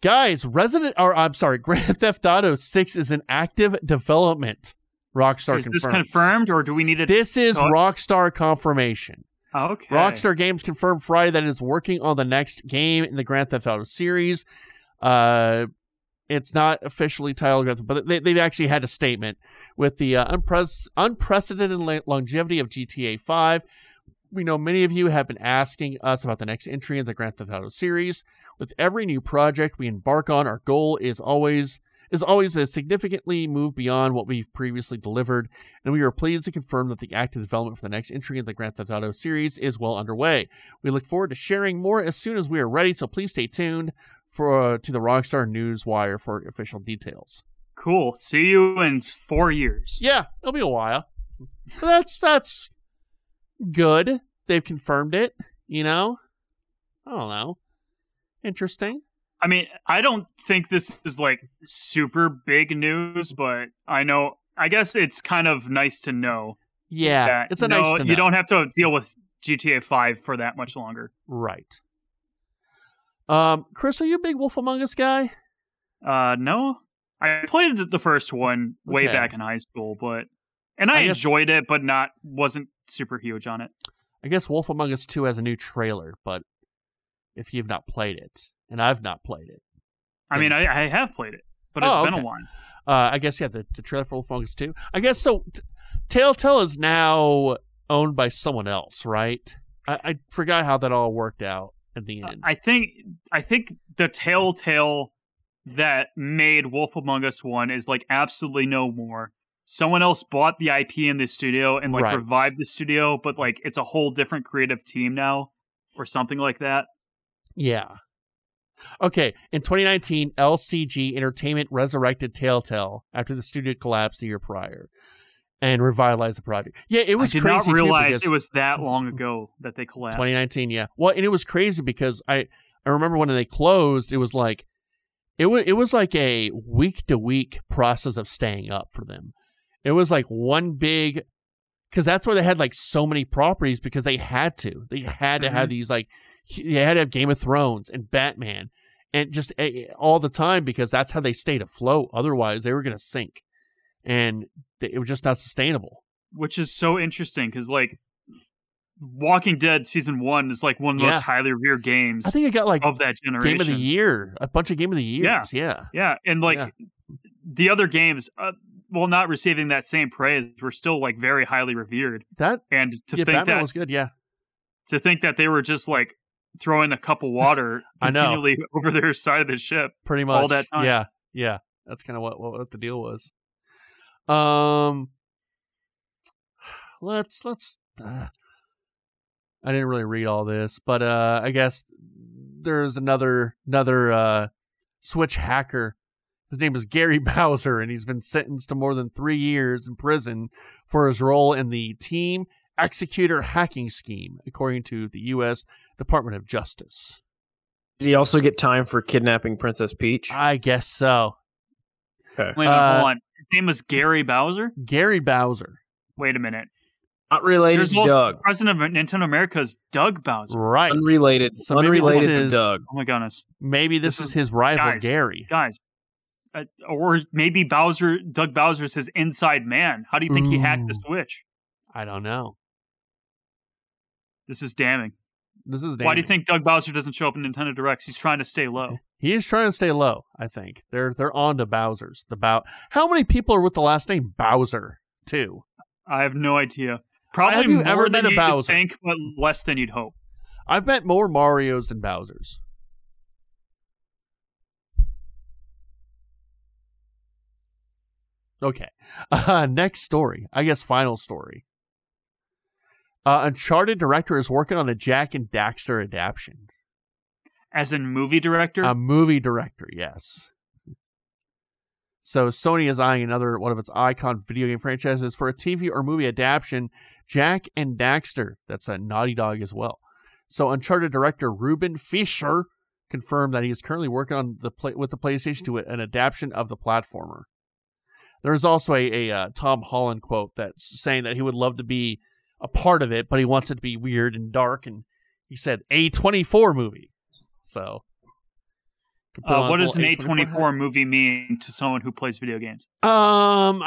B: guys, Resident or I'm sorry, Grand Theft Auto Six is in active development. Rockstar
D: is
B: confirms.
D: this confirmed, or do we need it?
B: This is
D: Talk-
B: Rockstar confirmation.
D: okay.
B: Rockstar Games confirmed Friday that it is working on the next game in the Grand Theft Auto series. Uh, it's not officially titled Grand Theft, but they, they've actually had a statement with the uh, unpres- unprecedented la- longevity of GTA 5. We know many of you have been asking us about the next entry in the Grand Theft Auto series. With every new project we embark on, our goal is always is always to significantly move beyond what we've previously delivered and we are pleased to confirm that the active development for the next entry in the Grand Theft Auto series is well underway. We look forward to sharing more as soon as we are ready, so please stay tuned for uh, to the Rockstar News Wire for official details.
D: Cool. See you in four years.
B: Yeah, it'll be a while. But that's that's good. They've confirmed it, you know? I don't know. Interesting.
D: I mean, I don't think this is like super big news, but I know. I guess it's kind of nice to know.
B: Yeah,
D: that
B: it's a
D: no,
B: nice to know.
D: You don't have to deal with GTA Five for that much longer.
B: right. Um, Chris, are you a big Wolf Among Us guy?
D: Uh, no, I played the- the first one way
B: Okay.
D: back in high school, but and I,
B: I guess-
D: enjoyed it, but not wasn't super huge on it.
B: I guess Wolf Among Us 2 has a new trailer, but if you've not played it, and I've not played it,
D: I mean, I, I have played it, but
B: Oh,
D: it's been
B: okay.
D: a while.
B: uh, I guess, yeah, the, the trailer for Wolf Among Us 2. I guess so. T- Telltale is now owned by someone else, right? I, I forgot how that all worked out at the end.
D: Uh, I think I think the Telltale that made Wolf Among Us one is like absolutely no more. Someone else bought the IP in the studio and like
B: Right.
D: revived the studio, but like it's a whole different creative team now, or something like that.
B: yeah. Okay, in 2019, LCG Entertainment resurrected Telltale after the studio collapsed the year prior and revitalized the project. Yeah, it was
D: I did
B: crazy.
D: not
B: too,
D: realize
B: because- Mm-hmm.
D: it was that long ago that they collapsed.
B: 2019 yeah well and it was crazy because i i remember when they closed it was like it was it was like a week to week process of staying up for them it was like one big because that's where they had like so many properties because they had to they had to
D: Mm-hmm.
B: have these like hu- they had to have game of thrones and batman and just eh, eh, all the time because that's how they stayed afloat otherwise they were going to sink and th- it was just not sustainable
D: which is so interesting because like Walking Dead season one is like one of the
B: Yeah.
D: most highly revered games
B: i think it got like
D: of that generation.
B: game of the year a bunch of game of the years
D: Yeah.
B: yeah.
D: Yeah, and like
B: Yeah.
D: the other games, uh, while not receiving that same praise, were still like very highly revered.
B: That
D: And to
B: yeah,
D: think
B: Batman
D: that
B: was good. Yeah,
D: to think that they were just like throwing a cup of water
B: I know.
D: continually over their side of the ship.
B: pretty much.
D: all that time.
B: Yeah, yeah. That's kind of what, what what the deal was. Um, let's let's. Uh, I didn't really read all this, but uh, I guess there's another another uh, Switch hacker. His name is Gary Bowser, and he's been sentenced to more than three years in prison for his role in the Team Executor hacking scheme, according to the U.S. Department of Justice.
C: Did he also get time for kidnapping Princess Peach?
B: I guess so.
D: Wait, a minute,
B: Uh,
D: hold on. His name was Gary Bowser.
B: Gary Bowser.
D: Wait a minute.
C: Not related
D: There's
C: to
D: also
C: Doug.
D: President of Nintendo America is Doug Bowser.
B: Right.
C: Unrelated.
B: So maybe
C: unrelated
B: this
C: to
B: is-
C: Doug.
D: Oh my goodness,
B: Maybe this,
D: This
B: is, his rival,
D: guys.
B: Gary.
D: guys. Uh, or maybe Bowser, Doug Bowser's his inside man. How do you think he hacked the
B: Ooh.
D: Switch?
B: I don't know.
D: This is damning.
B: This is
D: Why do you
B: damning.
D: think Doug Bowser doesn't show up in Nintendo Directs? He's trying to stay low.
B: He is trying to stay low. I think they're they're on to Bowser's. The bow. How many people are with the last name Bowser? Too.
D: I have no idea. Probably
B: Have you
D: more
B: ever
D: than
B: met a
D: you'd
B: Bowser?
D: think, but less than you'd hope.
B: I've met more Mario's than Bowser's. Okay. Uh, next story. I guess final story. Uh, Uncharted director is working on a Jack and Daxter adaptation.
D: As in movie director,
B: A movie director, yes. So Sony is eyeing another one of its icon video game franchises for a TV or movie adaptation, Jack and Daxter. That's a Naughty Dog as well. So Uncharted director Ruben Fisher confirmed that he is currently working on the play- with the PlayStation to an adaptation of the platformer. There is also a, a uh, Tom Holland quote that's saying that he would love to be a part of it, but he wants it to be weird and dark. And he said a twenty four movie. So, could put
D: uh,
B: on
D: what
B: his
D: does an
B: little
D: A24
B: hat.
D: movie mean to someone who plays video games?
B: Um,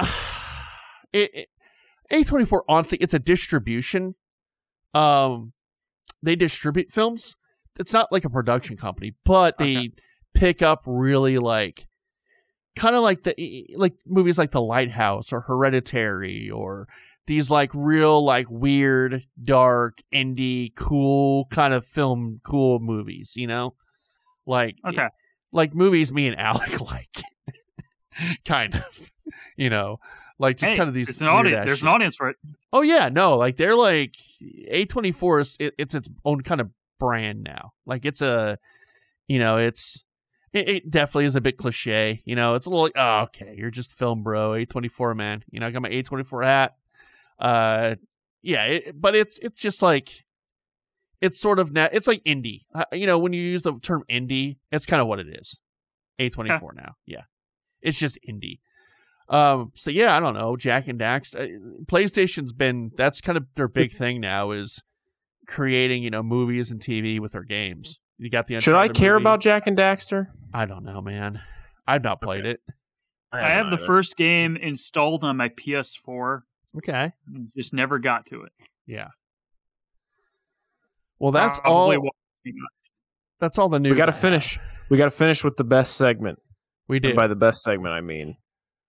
B: it, it, A24, honestly, it's a distribution. Um, they distribute films. It's not like a production company, but they pick up really like, kind of like the e, like movies like The Lighthouse or Hereditary or these like real like weird, dark, indie, cool kind of film, cool movies. You know, like e,
D: Okay.
B: like movies me and Alec like, kind of, you know, like just
D: Hey,
B: kind of these.
D: it's an
B: weird
D: audience.
B: ass
D: There's
B: shit.
D: an audience for it.
B: Oh yeah, no, like they're like A twenty four is it, it's its own kind of brand now. Like it's a, you know, it's it, it definitely is a bit cliche. You know, it's a little like, oh okay, you're just film bro, A twenty four man. You know, I got my A twenty four hat. Uh, yeah, it, but it's it's just like it's sort of now it's like indie. Uh, you know, when you use the term indie, it's kind of what it is. A twenty four now, yeah, it's just indie. Um, so yeah, I don't know. Jack and Dax, uh, PlayStation's been that's kind of their big thing now is creating you know movies and TV with their games. You got the
C: Should I
B: Uncharted
C: care
B: movie.
C: about Jack and Daxter?
B: I don't know, man. I've not played it.
D: I have the first game installed on my PS4.
B: Okay,
D: Just never got to it.
B: yeah. Well, that's
D: Probably
B: all.
D: why-
B: That's all the news.
C: We got
B: I
C: to
B: have.
C: finish. We got to finish with the best segment.
B: We
C: And
B: did
C: by the best segment, I mean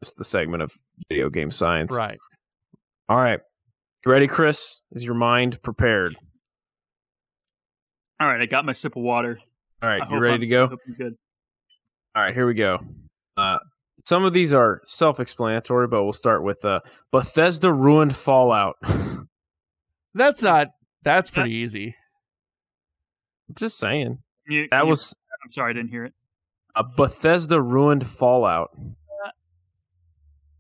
C: it's the segment of video game science.
B: right.
C: All right. You Ready, Chris? Is your mind prepared?
D: All right, I got my sip of water.
C: All right.
D: I
C: You
D: hope
C: ready
D: I'm-
C: to go?
D: hope I'm good.
C: All right. Here we go. Uh, some of these are self explanatory, but we'll start with uh, Bethesda ruined Fallout.
B: That's not. That's pretty easy.
C: Just saying.
D: Can you-
C: That
D: can you-
C: was
D: I'm sorry, I didn't hear it.
C: a Bethesda ruined Fallout.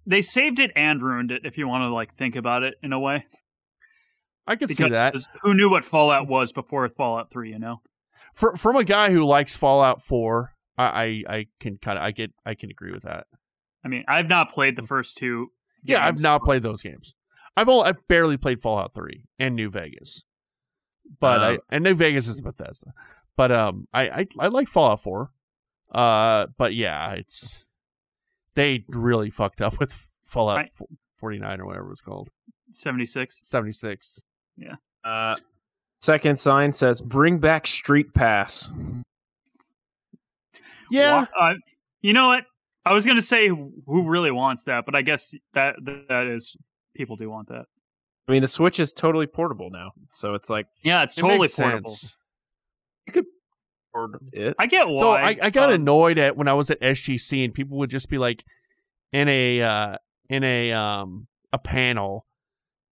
D: They saved it and ruined it. If you want to like think about it in a way,
B: I could see that.
D: who knew what Fallout was before Fallout Three? You know,
B: For, from a guy who likes Fallout Four, I I, I can kind of I get I can agree with that.
D: I mean, I've not played the first two.
B: Mm. Yeah, I've
D: games.
B: not played those games. I've only I've barely played Fallout Three and New Vegas, but I
D: Uh,
C: Um,
B: and New Vegas is Bethesda, but um I I, I like Fallout Four, uh but yeah it's they really fucked up with Fallout
D: I-
B: Forty Nine or whatever it was called
D: seventy six.
B: seventy six.
C: Uh, second sign says bring back Street Pass.
B: Yeah,
D: Uh, you know what? I was gonna say who really wants that, but I guess that that is people do want that.
C: I mean, the Switch is totally portable now, so it's like
D: Yeah, it's
B: it
D: totally
B: makes
D: portable.
B: sense.
C: port it.
D: I get why.
B: Though I, I got
D: um,
B: annoyed at when I was at SGC and people would just be like in a uh, in a um a panel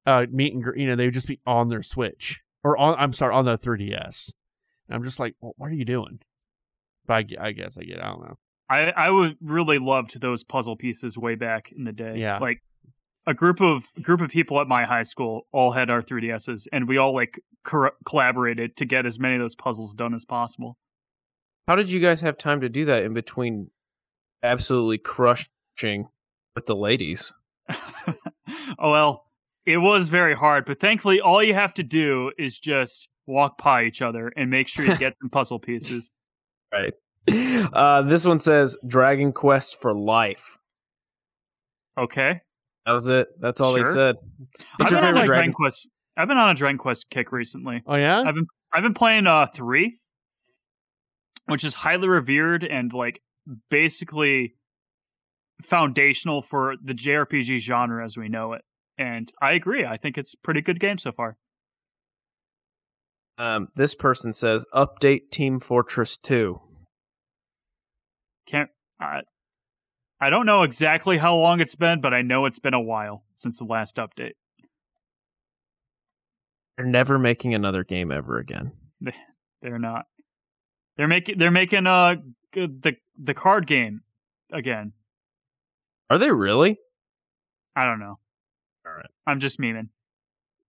B: uh meet and gr- you know they would just be on their Switch or on I'm sorry on their 3DS. And I'm just like, well, what are you doing? But I, gu- I guess I get I don't know.
D: I I would really loved those puzzle pieces way back in the day.
B: Yeah.
D: like a group of group of people at my high school all had our 3ds's, and we all like cor- collaborated to get as many of those puzzles done as possible.
C: How did you guys have time to do that in between absolutely crushing with the ladies?
D: oh well, It was very hard, but thankfully, all you have to do is just walk by each other and make sure you get some puzzle pieces.
C: Uh, this one says Dragon Quest for life.
D: Okay,
C: That was it. That's all they
D: Sure.
C: said. What's
D: I've
C: your
D: been on
C: favorite
D: a
C: Dragon?
D: Dragon Quest. I've been on a Dragon Quest kick recently.
B: Oh yeah.
D: I've been I've been playing uh three, which is highly revered and like basically foundational for the JRPG genre as we know it. And I agree. I think it's a pretty good game so far.
C: Um, this person says update Team Fortress 2.
D: Can't I? I don't know exactly how long it's been, but I know it's been a while since the last update.
C: They're never making another game ever again.
D: They're not. They're making they're making uh g- the the card game again.
C: Are they really?
D: I don't know.
C: All right.
D: I'm just memeing.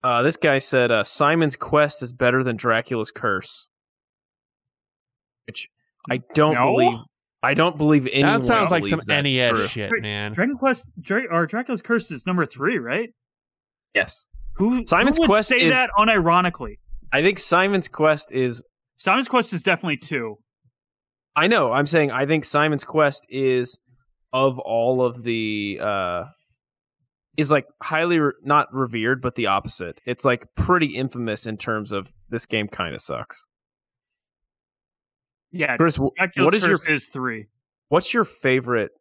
C: Uh, this guy said uh, Simon's Quest is better than Dracula's Curse, which I don't
D: No?
C: believe. I don't believe anyone
B: that sounds like some
C: believes that's
B: NES
C: true.
B: shit,
D: Wait,
B: man.
D: Dragon Quest Dra- or Dracula's Curse is number three, right?
C: Yes,
D: Who
C: Simon's
D: who would
C: Quest
D: say
C: is-
D: that unironically?
C: I think Simon's Quest is.
D: Simon's Quest is definitely two.
C: I know. I'm saying I think Simon's Quest is of all of the uh, is like highly re- not revered, but the opposite. It's like pretty infamous in terms of this game. Kind of sucks.
D: Yeah,
C: Chris, wh-
D: Dracula's
C: what is your
D: Curse is three.
C: What's your favorite?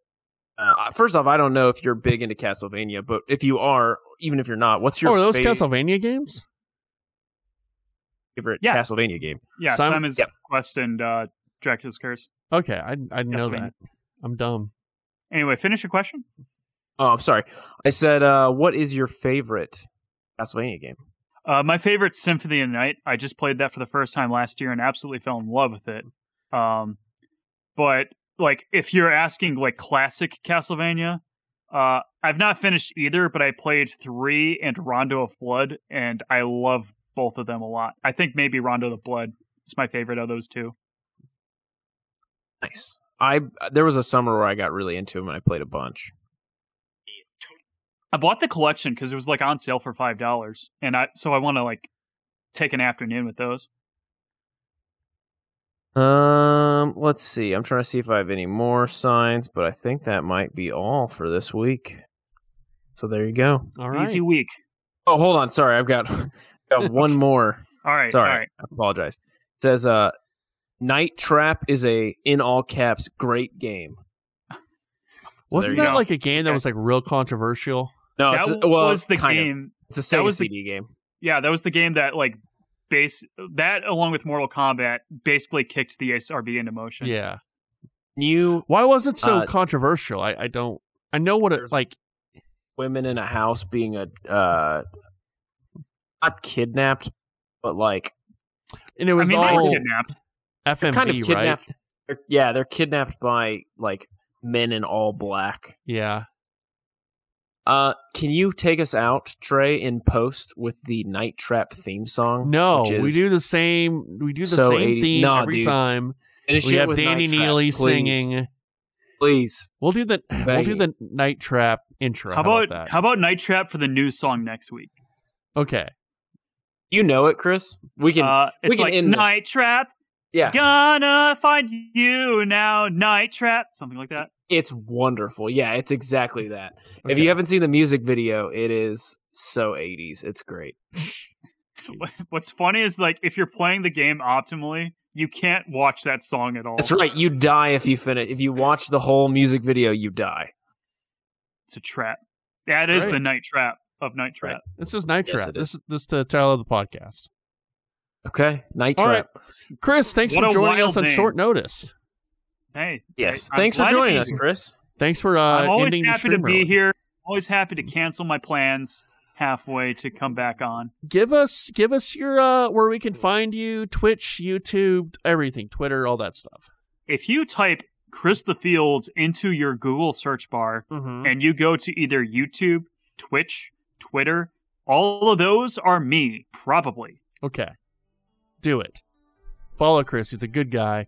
C: Uh, first off, I don't know if you're big into Castlevania, but if you are, even if you're not, what's
B: Oh,
C: your
B: are those
C: fa-
B: Castlevania games?
C: favorite
D: Yeah.
C: Castlevania game?
D: Yeah,
B: Simon-
D: Simon's
C: Yep.
D: Quest and uh, Dracula's Curse.
B: Okay, I I know
D: Castlevania.
B: that. I'm dumb.
D: Anyway, finish your question.
C: Oh, I'm sorry. I said, uh, what is your favorite Castlevania game?
D: Uh, my favorite Symphony of the Night. I just played that for the first time last year and absolutely fell in love with it. Um, but like, if you're asking like classic Castlevania, uh, I've not finished either, but I played three and Rondo of Blood, and I love both of them a lot. I think maybe Rondo of Blood is my favorite of those two.
C: Nice. I there was a summer where I got really into them and I played a bunch.
D: I bought the collection because it was like on sale for five dollars, and I so I want to like take an afternoon with those.
C: Um, let's see. I'm trying to see if I have any more signs, but I think that might be all for this week. So there you go.
B: All right.
D: Easy week.
C: Oh, hold on. Sorry, I've got got one more.
D: All right.
C: Sorry,
D: All right.
C: I apologize. It says uh Night Trap is a in all caps great game. So
B: Wasn't
C: there you
B: that
C: go.
B: like a game that
D: Okay.
B: was like real controversial?
C: no,
D: that
C: Oh, it's,
D: w-
C: well,
D: was the
C: kind of.
D: game.
C: It's a
D: that
C: Sega
D: was the-
C: CD game.
D: yeah, that was the game that like base that along with Mortal Kombat basically kicked the SRB into motion.
B: Yeah.
C: New
B: Why was it so
C: Uh,
B: controversial? I, I don't. I know what it
C: There's-
B: like.
C: women in a house being a uh not kidnapped, but like
B: And it
D: I
B: was
D: mean, they were
B: all
D: kidnapped.
B: FMV,
C: kind of
B: right?
C: kidnapped. they're- Yeah, they're kidnapped by like men in all black.
B: Yeah.
C: Uh, can you take us out, Trey, in post with the Night Trap theme song?
B: No,
C: which
B: we
C: is-
B: do the same. We do the
C: so
B: same
C: 80
B: theme
C: Nah,
B: every
C: dude.
B: time.
C: Finish
B: We
C: it
B: have
C: with
B: Danny
C: Night Trap,
B: Neely
C: please.
B: singing.
C: Please.
B: We'll do the we'll do
C: Banging.
B: the Night Trap intro.
D: How about
B: that?
D: how about Night Trap for the new song next week?
B: okay.
C: You know it, Chris. We can.
D: uh,
C: we
D: it's
C: can
D: like
C: end this.
D: Night Trap,
C: yeah,
D: gonna find you now, Night Trap, something like that.
C: it's wonderful. Yeah, it's exactly that. If
B: Okay.
C: you haven't seen the music video, it is so 80s. It's great.
D: What's funny is like if you're playing the game optimally, you can't watch that song at all.
C: That's right. You die if you finish. If you watch the whole music video, you die.
D: It's a trap. That is
B: Right.
D: the Night Trap of Night Trap.
C: Right.
B: This is Night
C: Yes,
B: Trap.
C: it
B: This is this is the title of the podcast.
C: Okay. Night
B: All right.
C: Trap.
B: Chris, thanks
D: What
B: for
D: a
B: joining us
D: wild
B: on
D: name.
B: short notice.
D: Hey,
C: Yes.
D: I- I'm
C: Thanks for
D: glad to
C: joining
D: be
C: us,
D: here.
C: Chris.
B: Thanks for uh,
D: I'm always
B: ending the
D: happy to
B: stream
D: be
B: early.
D: here. Always happy to cancel my plans halfway to come back on.
B: Give us give us your uh, where we can find you Twitch, YouTube, everything, Twitter, all that stuff.
D: If you type Chris the Fields into your Google search bar
B: Mm-hmm.
D: and you go to either YouTube, Twitch, Twitter, all of those are me, probably.
B: Okay. Do it. Follow Chris. He's a good guy,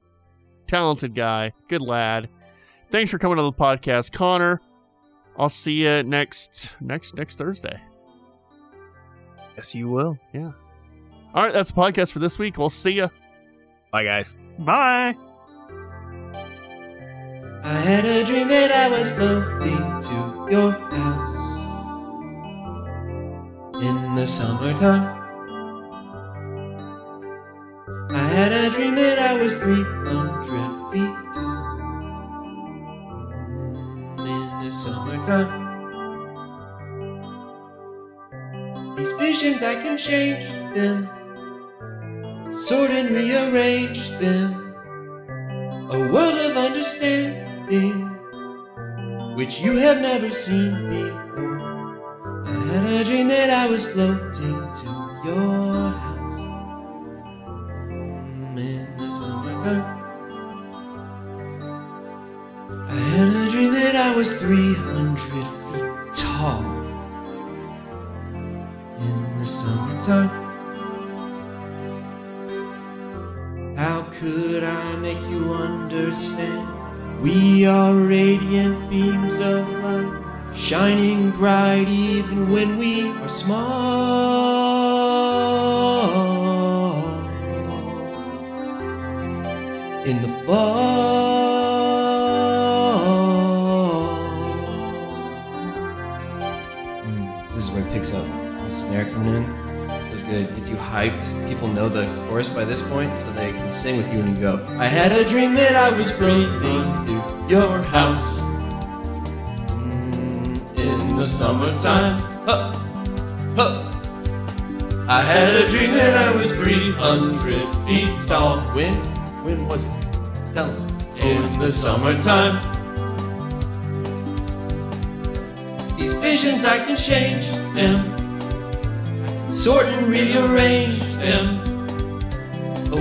B: talented guy, good lad. Thanks for coming on the podcast, Connor. I'll see you next next next Thursday.
C: Yes, you will.
B: All right, that's the podcast for this week. We'll see ya.
C: Bye, guys.
D: Bye.
F: I had a dream that I was floating to your house in the summertime. I had a dream that I was 300 feet tall Mm, in the summertime. These visions, I can change them, sort and rearrange them. A world of understanding which you have never seen before. I had a dream that I was floating to your house Mm, in the summertime. I had a dream that I was 300 feet tall in the summertime. How could I make you understand? We are radiant beams of light, shining bright even when we are small. In the fall. Mm, this is where it picks up. The snare coming in. It's good. Gets you hyped. People know the chorus by this point, so they can sing with you and you go. I had a dream that I was floating to your house Mm, in the summertime. Huh. Huh. I had a dream that I was 300 feet tall. When? When was it? Tell 'em. In the summertime. These visions, I can change them sort and rearrange them. A